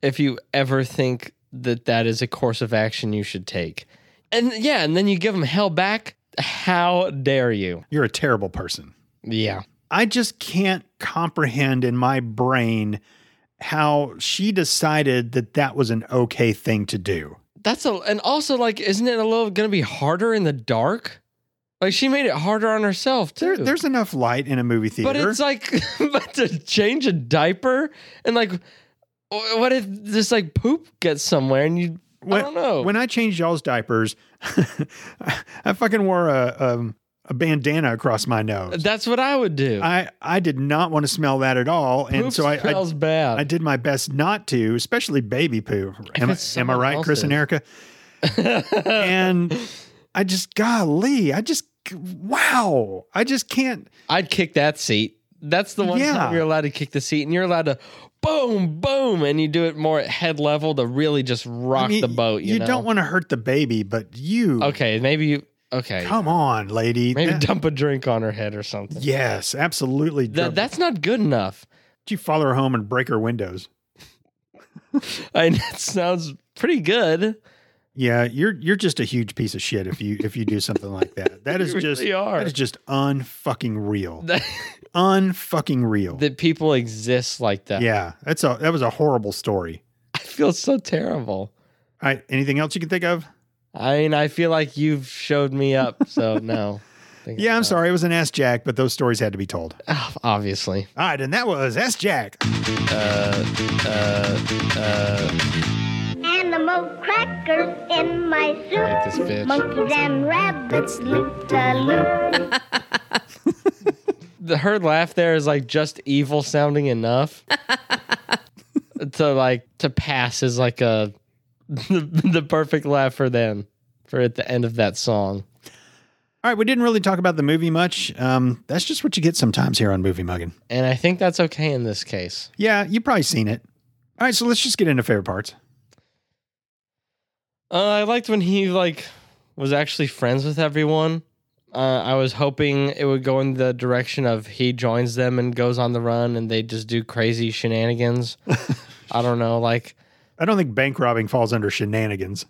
Speaker 1: if you ever think that that is a course of action you should take. And yeah, and then you give them hell back. How dare you?
Speaker 2: You're a terrible person.
Speaker 1: Yeah.
Speaker 2: I just can't comprehend in my brain how she decided that that was an okay thing to do.
Speaker 1: That's a and also like isn't it a little going to be harder in the dark? Like she made it harder on herself too.
Speaker 2: There, there's enough light in a movie theater.
Speaker 1: But it's uh, like, but to change a diaper and like, wh- what if this like poop gets somewhere and you?
Speaker 2: when,
Speaker 1: I don't know.
Speaker 2: When I changed y'all's diapers, I fucking wore a, um, a bandana across my nose.
Speaker 1: That's what I would do.
Speaker 2: I, I did not want to smell that at all. And
Speaker 1: poop
Speaker 2: so I, I
Speaker 1: smells bad.
Speaker 2: I did my best not to, especially baby poo. Am, I-
Speaker 1: it's
Speaker 2: am I
Speaker 1: someone
Speaker 2: right, Chris and Erica? and I just, golly, I just, wow, I just can't.
Speaker 1: I'd kick that seat. That's the one
Speaker 2: Yeah.
Speaker 1: time you're allowed to kick the seat, and you're allowed to boom, boom, and you do it more at head level to really just rock
Speaker 2: I mean,
Speaker 1: the boat. You, know?
Speaker 2: don't want to hurt the baby, but you,
Speaker 1: Okay, maybe you. Okay,
Speaker 2: come on, lady.
Speaker 1: maybe
Speaker 2: That-
Speaker 1: dump a drink on her head or something.
Speaker 2: yes, absolutely.
Speaker 1: That, that's not good enough.
Speaker 2: you follow her home and break her windows.
Speaker 1: I mean, that sounds pretty good.
Speaker 2: Yeah, you're you're just a huge piece of shit if you if you do something like that. That is
Speaker 1: You
Speaker 2: just
Speaker 1: really are.
Speaker 2: that is just unfucking real. unfucking real.
Speaker 1: that people exist like that.
Speaker 2: yeah, that's a that was a horrible story.
Speaker 1: I feel so terrible.
Speaker 2: All right. Anything else you can think of?
Speaker 1: I mean, I feel like you've showed me up, so no. I think
Speaker 2: Yeah, I'm
Speaker 1: not.
Speaker 2: sorry. It was an Ask Jack, but those stories had to be told. All
Speaker 1: Ah, Obviously.
Speaker 2: right. And that was Ask Jack.
Speaker 6: Animal crackers in my
Speaker 1: Hate this
Speaker 6: soup.
Speaker 1: bitch.
Speaker 6: Monkeys and rabbits loop a loop.
Speaker 1: The, her laugh there is like just evil sounding enough to like to pass as like a the, the perfect laugh for them for at the end of that song.
Speaker 2: All right. We didn't really talk about the movie much. Um, that's just what you get sometimes here on Movie Mugging.
Speaker 1: And I think that's okay in this case.
Speaker 2: Yeah, you've probably seen it. All right. So let's just get into favorite parts.
Speaker 1: Uh, I liked when he like was actually friends with everyone. Uh, I was hoping it would go in the direction of he joins them and goes on the run, and they just do crazy shenanigans. I don't know, like
Speaker 2: I don't think bank robbing falls under shenanigans.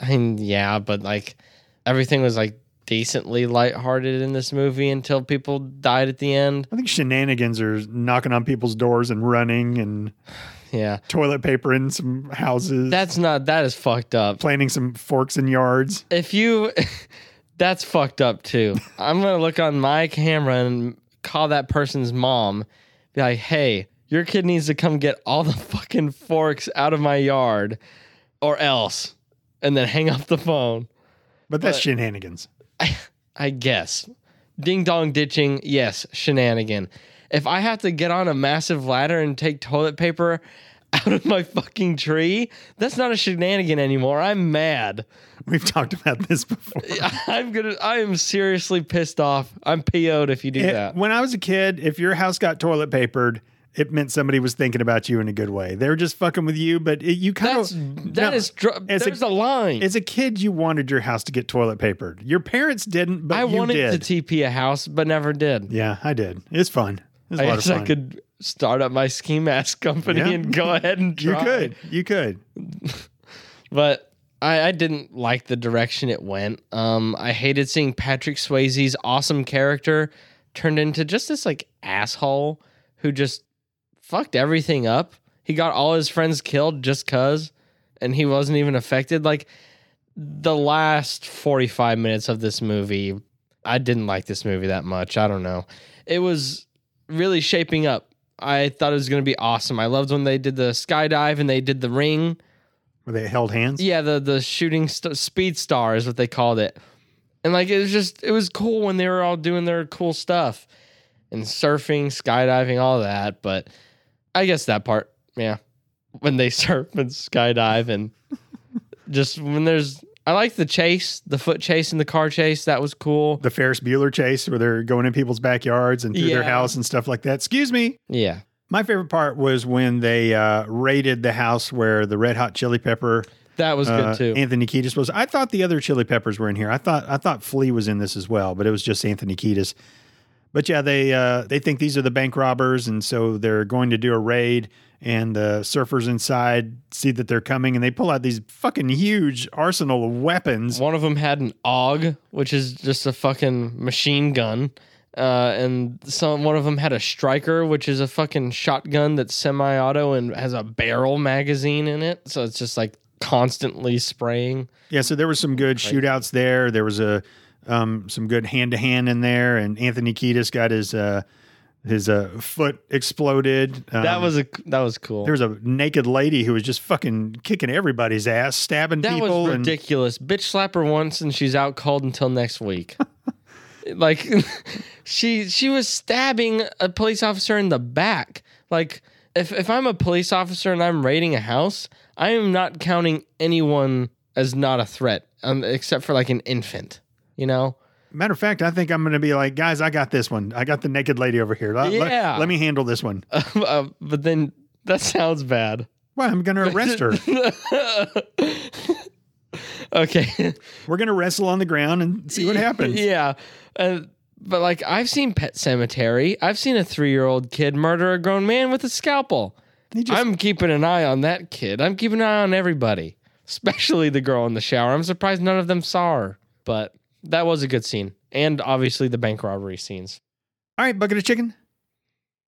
Speaker 1: I mean, yeah, but like everything was like decently lighthearted in this movie until people died at the end.
Speaker 2: I think shenanigans are knocking on people's doors and running and
Speaker 1: Yeah,
Speaker 2: toilet paper in some houses,
Speaker 1: that's not that is fucked up.
Speaker 2: planting some forks in yards.
Speaker 1: if you that's fucked up too i'm gonna look on my camera and call that person's mom be like hey your kid needs to come get all the fucking forks out of my yard or else and then hang up the phone
Speaker 2: But that's
Speaker 1: But-
Speaker 2: shenanigans.
Speaker 1: i guess ding dong ditching yes shenanigan if i have to get on a massive ladder and take toilet paper out of my fucking tree that's not a shenanigan anymore i'm mad
Speaker 2: We've talked about this before.
Speaker 1: I'm gonna. I am seriously pissed off. I'm PO'd if you do
Speaker 2: It-
Speaker 1: that.
Speaker 2: When I was a kid, if your house got toilet papered, it meant somebody was thinking about you in a good way. They were just fucking with you, but it, you kind
Speaker 1: That's
Speaker 2: of
Speaker 1: that is. dr-
Speaker 2: as
Speaker 1: there's
Speaker 2: a,
Speaker 1: a, line.
Speaker 2: as a kid, you wanted your house to get toilet papered. Your parents didn't, but
Speaker 1: I
Speaker 2: you
Speaker 1: wanted
Speaker 2: did.
Speaker 1: to TP a house, but never did.
Speaker 2: yeah, I did. It's fun. was a
Speaker 1: I
Speaker 2: lot of
Speaker 1: guess I
Speaker 2: fun.
Speaker 1: could start up my ski mask company
Speaker 2: Yeah.
Speaker 1: and go ahead and
Speaker 2: You
Speaker 1: try.
Speaker 2: could. You could.
Speaker 1: but I, I didn't like the direction it went. Um, I hated seeing Patrick Swayze's awesome character turned into just this like asshole who just fucked everything up. He got all his friends killed just cause, and he wasn't even affected. Like the last forty five minutes of this movie, I didn't like this movie that much. I don't know. It was really shaping up. I thought it was going to be awesome. I loved when they did the skydive and they did the ring.
Speaker 2: Where they held hands.
Speaker 1: Yeah, the the shooting st- speed star is what they called it, and like it was just it was cool when they were all doing their cool stuff, and surfing, skydiving, all that. But I guess that part, yeah, when they surf and skydive and just when there's, I like the chase, the foot chase and the car chase. That was cool.
Speaker 2: The Ferris Bueller chase where they're going in people's backyards and through their
Speaker 1: Yeah.
Speaker 2: house and stuff like that. Excuse me.
Speaker 1: Yeah,
Speaker 2: My favorite part was when they uh, raided the house where the Red Hot Chili Pepper
Speaker 1: that was
Speaker 2: uh,
Speaker 1: good too.
Speaker 2: Anthony Kiedis was. I thought the other Chili Peppers were in here. I thought I thought Flea was in this as well, but it was just Anthony Kiedis. But yeah, they uh, they think these are the bank robbers, and so they're going to do a raid. And the surfers inside see that they're coming, and they pull out these fucking huge arsenal of weapons.
Speaker 1: One of them had an AUG, which is just a fucking machine gun. Uh, and some one of them had a striker, which is a fucking shotgun that's semi-auto and has a barrel magazine in it. So it's just like constantly spraying.
Speaker 2: Yeah, so there was some good shootouts there. There was a um, some good hand to hand in there, and Anthony Kiedis got his uh, his uh, foot exploded.
Speaker 1: That
Speaker 2: Um,
Speaker 1: was a that was cool.
Speaker 2: There was a naked lady who was just fucking kicking everybody's ass, stabbing
Speaker 1: that
Speaker 2: people.
Speaker 1: was
Speaker 2: and
Speaker 1: ridiculous. Bitch slap her once and she's out cold until next week. like she she was stabbing a police officer in the back. Like if if I'm a police officer and I'm raiding a house, I am not counting anyone as not a threat, um, except for like an infant. You know,
Speaker 2: Matter of fact, I think I'm going to be like, guys, I got this one. I got the naked lady over here. Let, let-
Speaker 1: Yeah.
Speaker 2: let me handle this one.
Speaker 1: uh, but then that sounds bad.
Speaker 2: Well, I'm going to arrest her.
Speaker 1: okay.
Speaker 2: We're going to wrestle on the ground and see what happens.
Speaker 1: yeah. Uh, but like I've seen Pet Cemetery. I've seen a three-year-old kid murder a grown man with a scalpel.
Speaker 2: He just-
Speaker 1: I'm keeping an eye on that kid. I'm keeping an eye on everybody, especially the girl in the shower. I'm surprised none of them saw her. But that was a good scene, and obviously the bank robbery scenes.
Speaker 2: All right, bucket of chicken.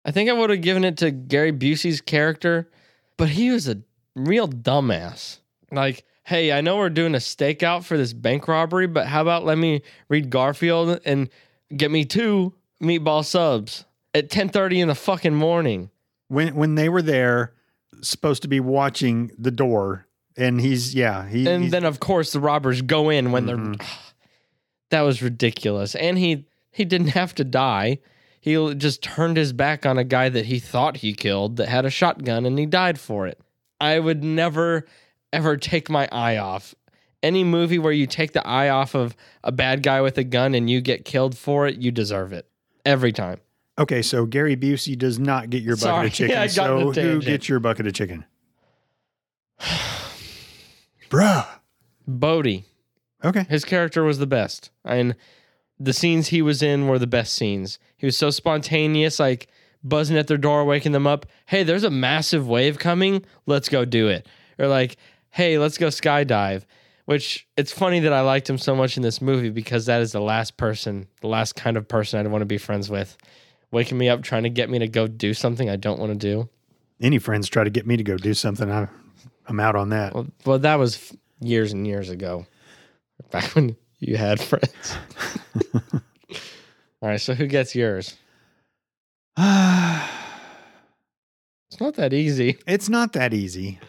Speaker 1: I think I would have given it to Gary Busey's character, but he was a real dumbass. Like, hey, I know we're doing a stakeout for this bank robbery, but how about let me read Garfield and get me two meatball subs at 10:30 in the fucking morning.
Speaker 2: When when they were there, supposed to be watching the door, and he's yeah,
Speaker 1: And
Speaker 2: he, he's- Mm-hmm.
Speaker 1: then of course the robbers go in when they're That was ridiculous. And he he didn't have to die. He l- just turned his back on a guy that he thought he killed that had a shotgun and he died for it. I would never ever take my eye off. Any movie where you take the eye off of a bad guy with a gun and you get killed for it, you deserve it. Every time.
Speaker 2: okay, so Gary Busey does not get your bucket
Speaker 1: Sorry,
Speaker 2: of chicken.
Speaker 1: I got on a
Speaker 2: so who
Speaker 1: tangent.
Speaker 2: gets your bucket of chicken? Bruh.
Speaker 1: Bodie,
Speaker 2: Okay.
Speaker 1: his character was the best. And the scenes he was in were the best scenes. He was so spontaneous, like buzzing at their door, waking them up. Hey, there's a massive wave coming. Let's go do it. Or like, hey, let's go skydive. Which it's funny that I liked him so much in this movie because that is the last person, the last kind of person I'd want to be friends with. Waking me up, trying to get me to go do something I don't want to do.
Speaker 2: Any friends try to get me to go do something, I, I'm out on that.
Speaker 1: Well, well, that was f- years and years ago, back when you had friends. All right, so who gets yours? It's not that easy.
Speaker 2: It's not that easy.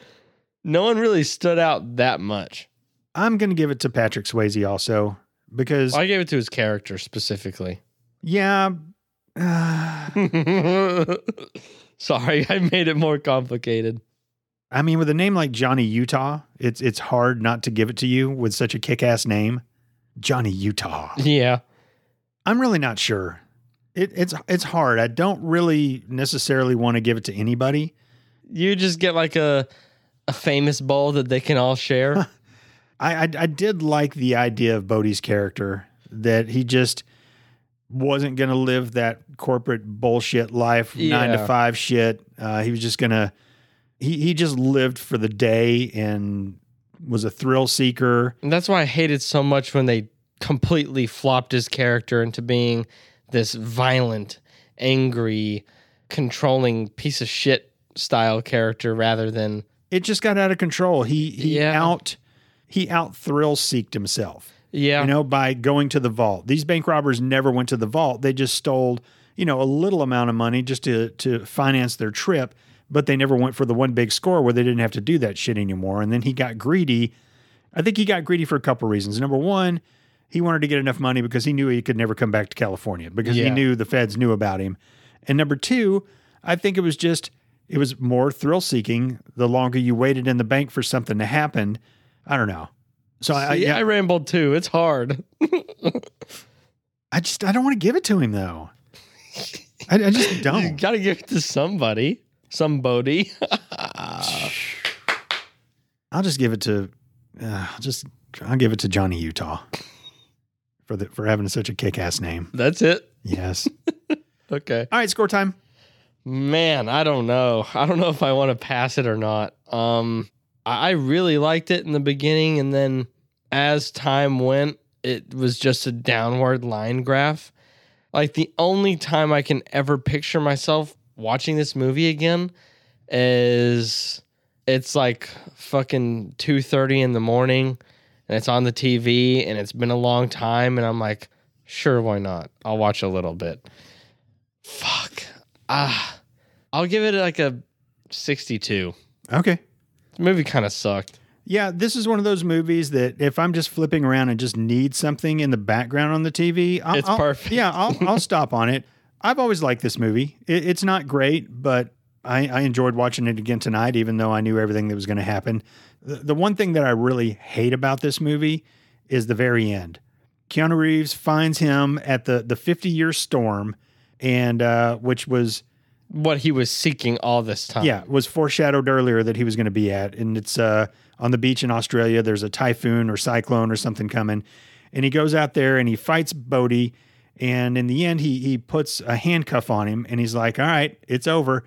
Speaker 1: No one really stood out that much.
Speaker 2: I'm going to give it to Patrick Swayze also because
Speaker 1: I gave it to his character specifically.
Speaker 2: yeah, uh,
Speaker 1: Sorry, I made it more complicated.
Speaker 2: I mean with a name like Johnny Utah, it's it's hard not to give it to you with such a kick-ass name, Johnny Utah.
Speaker 1: Yeah.
Speaker 2: I'm really not sure. It, it's it's hard. I don't really necessarily want to give it to anybody.
Speaker 1: You just get like a a famous bowl that they can all share.
Speaker 2: I, I I did like the idea of Bodie's character that he just wasn't going to live that corporate bullshit life, nine to
Speaker 3: Yeah.
Speaker 2: five shit. Uh, he was just going to, he, he just lived for the day and was a thrill seeker.
Speaker 1: And that's why I hated so much when they completely flopped his character into being this violent, angry, controlling piece of shit style character rather than
Speaker 2: It just got out of control. He, he
Speaker 1: Yeah.
Speaker 2: out, he out thrill seeked himself.
Speaker 1: yeah.
Speaker 2: you know, by going to the vault. These bank robbers never went to the vault. They just stole, you know, a little amount of money just to to finance their trip, but they never went for the one big score where they didn't have to do that shit anymore. And then he got greedy. I think he got greedy for a couple reasons. Number one, he wanted to get enough money because he knew he could never come back to California because he
Speaker 1: Yeah.
Speaker 2: knew the feds knew about him. And number two, I think it was just it was more thrill seeking the longer you waited in the bank for something to happen. I don't know. So I, I,
Speaker 1: See,
Speaker 2: yeah,
Speaker 1: I rambled too. It's hard.
Speaker 2: I just I don't want to give it to him though. I, I just
Speaker 1: You
Speaker 2: don't.
Speaker 1: gotta give it to somebody. Somebody.
Speaker 2: I'll just give it to uh, I'll just I'll give it to Johnny Utah for the for having such a kick ass name.
Speaker 1: That's it.
Speaker 2: Yes.
Speaker 1: Okay.
Speaker 2: All right, score time.
Speaker 1: Man, I don't know. I don't know if I want to pass it or not. Um, I, I really liked it in the beginning, and then as time went, it was just a downward line graph. Like the only time I can ever picture myself watching this movie again is it's like fucking two thirty in the morning, and it's on the TV, and it's been a long time, and I'm like, sure, why not? I'll watch a little bit. Fuck. Ah, I'll give it like a 62.
Speaker 2: Okay.
Speaker 1: The movie kind of sucked.
Speaker 2: Yeah, this is one of those movies that if I'm just flipping around and just need something in the background on the TV, I'll,
Speaker 1: It's
Speaker 2: I'll-
Speaker 1: perfect.
Speaker 2: Yeah, I'll, I'll stop on it. I've always liked this movie. It, it's not great, but I, I enjoyed watching it again tonight, even though I knew everything that was going to happen. The, the one thing that I really hate about this movie is the very end. Keanu Reeves finds him at the the 50 year storm, and uh, which was
Speaker 1: What he was seeking all this time.
Speaker 2: yeah, was foreshadowed earlier that he was going to be at, and it's uh, on the beach in Australia. There's a typhoon or cyclone or something coming, and he goes out there and he fights Bodhi, and in the end he he puts a handcuff on him, and he's like, "All right, it's over,"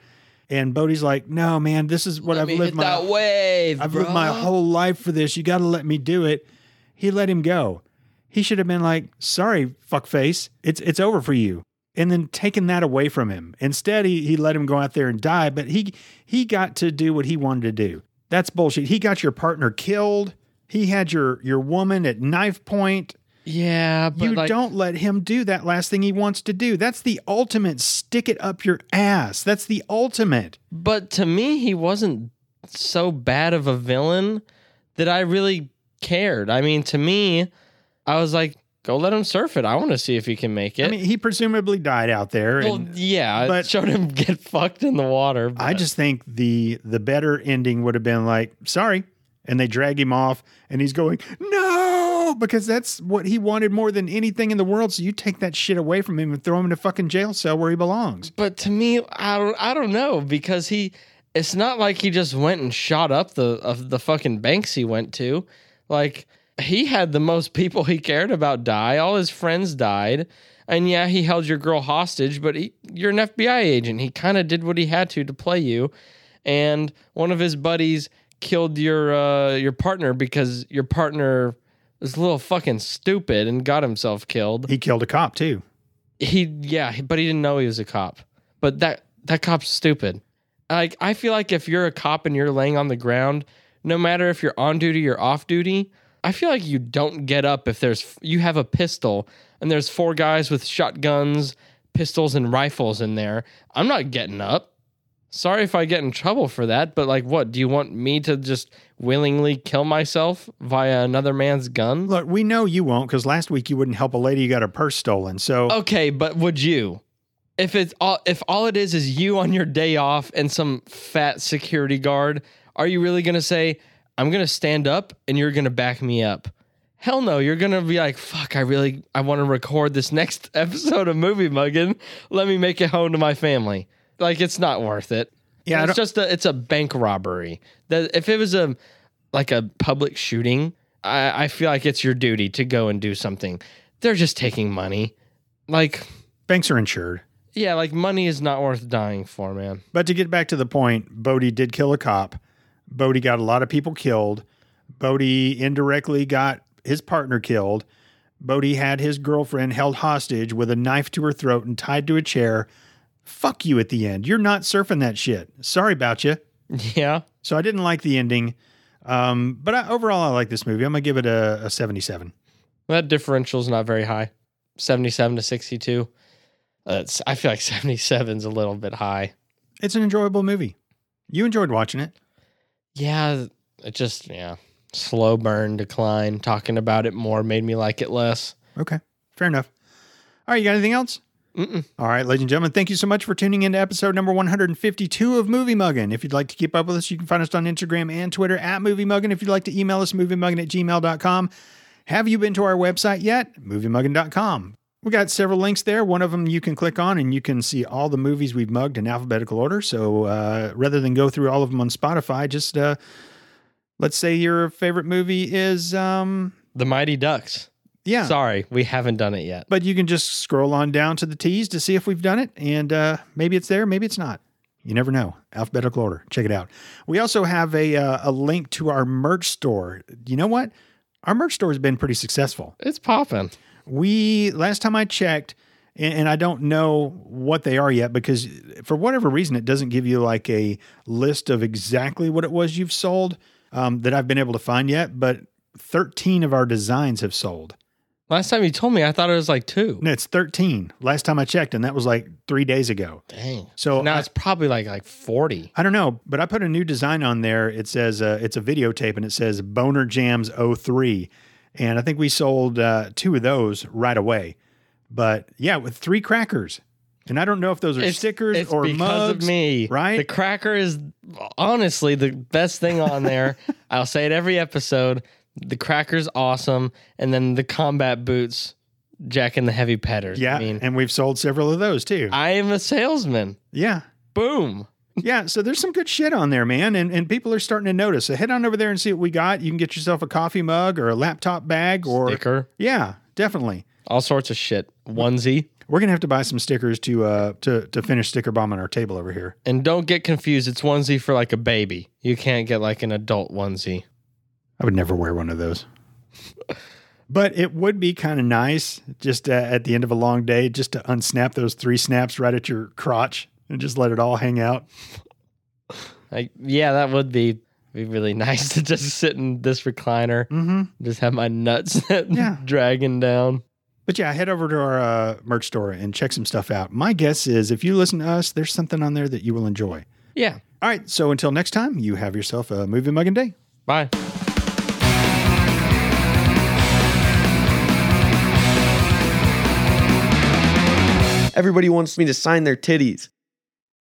Speaker 2: and Bodhi's like, "No, man, this is what
Speaker 1: Let
Speaker 2: I've
Speaker 1: me
Speaker 2: lived
Speaker 1: hit
Speaker 2: my
Speaker 1: that wave.
Speaker 2: I've
Speaker 1: bro.
Speaker 2: lived my whole life for this. You got to let me do it." He let him go. He should have been like, "Sorry, fuckface, it's it's over for you," and then taken that away from him. Instead, he he let him go out there and die. But he he got to do what he wanted to do. That's bullshit. He got your partner killed. He had your your woman at knife point.
Speaker 1: Yeah, but
Speaker 2: you
Speaker 1: like,
Speaker 2: don't let him do that last thing he wants to do. That's the ultimate stick it up your ass. That's the ultimate.
Speaker 1: But to me, he wasn't so bad of a villain that I really cared. I mean, to me, I was like, go let him surf it. I want to see if he can make it.
Speaker 2: I mean, he presumably died out there.
Speaker 1: well,
Speaker 2: and-
Speaker 1: yeah, it
Speaker 2: but-
Speaker 1: showed him get fucked in the water.
Speaker 2: I
Speaker 1: but-
Speaker 2: just think the the better ending would have been like, sorry. And they drag him off and he's going, No, because that's what he wanted more than anything in the world. So you take that shit away from him and throw him in a fucking jail cell where he belongs.
Speaker 1: But to me, I don't, I don't know because he. It's not like he just went and shot up the of the fucking banks he went to. Like he had the most people he cared about die. All his friends died, and yeah, he held your girl hostage. But he, you're an FBI agent. He kind of did what he had to to play you, and one of his buddies killed your uh, your partner because your partner was a little fucking stupid and got himself killed
Speaker 2: He killed a cop too.
Speaker 1: he yeah he- but he didn't know he was a cop but that that cop's stupid like i feel like if you're a cop and you're laying on the ground no matter if you're on duty or off duty i feel like you don't get up if there's you have a pistol and there's four guys with shotguns pistols and rifles in there i'm not getting up sorry if i get in trouble for that but like what do you want me to just willingly kill myself via another man's gun
Speaker 2: Look, we know you won't because last week you wouldn't help a lady who got her purse stolen. So
Speaker 1: Okay, but would you? If it's all if all it is is you on your day off and some fat security guard, are you really gonna say, I'm gonna stand up and you're gonna back me up? Hell no, you're gonna be like, fuck, I really I wanna record this next episode of Movie Muggin. Let me make it home to my family. Like it's not worth it.
Speaker 2: Yeah, I
Speaker 1: it's
Speaker 2: don't-
Speaker 1: just a it's a bank robbery. That if it was a like a public shooting, I, I feel like it's your duty to go and do something. They're just taking money. Like,
Speaker 2: Banks are insured.
Speaker 1: Yeah, like money is not worth dying for, man.
Speaker 2: But to get back to the point, Bodie did kill a cop. Bodie got a lot of people killed. Bodie indirectly got his partner killed. Bodie had his girlfriend held hostage with a knife to her throat and tied to a chair. Fuck you at the end. You're not surfing that shit. Sorry about you.
Speaker 1: Yeah.
Speaker 2: So I didn't like the ending. Um, but I, overall, I like this movie. I'm going to give it a, a 77.
Speaker 1: That differential's not very high. 77 to 62. That's I feel like 77's a little bit high.
Speaker 2: It's an enjoyable movie. You enjoyed watching it.
Speaker 1: Yeah, it just yeah, slow burn decline. Talking about it more made me like it less.
Speaker 2: Okay, fair enough. All right, you got anything else?
Speaker 1: Mm-mm.
Speaker 2: All right, ladies and gentlemen, thank you so much for tuning in to episode number 152 of Movie Muggin. If you'd like to keep up with us, you can find us on Instagram and Twitter at Movie Muggin. If you'd like to email us, moviemuggin at gmail.com. Have you been to our website yet? Moviemuggin.com. We got several links there. One of them you can click on and you can see all the movies we've mugged in alphabetical order. So uh, rather than go through all of them on Spotify, just uh, let's say your favorite movie is, um,
Speaker 1: The Mighty Ducks.
Speaker 2: yeah.
Speaker 1: Sorry, we haven't done it yet.
Speaker 2: But you can just scroll on down to the T's to see if we've done it. And uh, maybe it's there, maybe it's not. You never know. Alphabetical order. Check it out. We also have a, uh, a link to our merch store. You know what? Our merch store has been pretty successful.
Speaker 1: It's popping.
Speaker 2: We, last time I checked, and, and I don't know what they are yet because for whatever reason, it doesn't give you like a list of exactly what it was you've sold um, that I've been able to find yet. But 13 of our designs have sold.
Speaker 1: Last time you told me, I thought it was like two.
Speaker 2: No, it's 13. Last time I checked, and that was like three days ago.
Speaker 1: Dang.
Speaker 2: So
Speaker 1: now
Speaker 2: I-
Speaker 1: it's probably like like forty.
Speaker 2: I don't know, but I put a new design on there. It says uh, it's a videotape and it says Boner Jams 03. And I think we sold uh, two of those right away. But yeah, with three crackers. And I don't know if those are stickers
Speaker 1: it's
Speaker 2: or
Speaker 1: because
Speaker 2: mugs.
Speaker 1: of me,
Speaker 2: right?
Speaker 1: The cracker is honestly the best thing on there. I'll say it every episode. The cracker's awesome, and then the combat boots, Jack and the Heavy Petters.
Speaker 2: Yeah.
Speaker 1: I mean,
Speaker 2: and we've sold several of those too.
Speaker 1: I am a salesman.
Speaker 2: yeah.
Speaker 1: Boom.
Speaker 2: Yeah, so there's some good shit on there, man, and and people are starting to notice. So head on over there and see what we got. You can get yourself a coffee mug or a laptop bag or
Speaker 1: Sticker,
Speaker 2: yeah, definitely.
Speaker 1: all sorts of shit. Onesie,
Speaker 2: We're gonna have to buy some stickers to uh to to finish sticker bomb on our table over here.
Speaker 1: and don't get confused. It's onesie for like a baby. You can't get like an adult onesie.
Speaker 2: I would never wear one of those. But it would be kind of nice just uh, at the end of a long day just to unsnap those three snaps right at your crotch and just let it all hang out.
Speaker 1: Like, yeah, that would be be really nice to just sit in this recliner.
Speaker 2: Mm-hmm.
Speaker 1: Just have my nuts
Speaker 2: Yeah.
Speaker 1: dragging down.
Speaker 2: But yeah, head over to our uh, merch store and check some stuff out. My guess is if you listen to us, there's something on there that you will enjoy.
Speaker 1: Yeah.
Speaker 2: All right, so until next time, you have yourself a movie mugging day.
Speaker 1: Bye.
Speaker 7: Everybody wants me to sign their titties.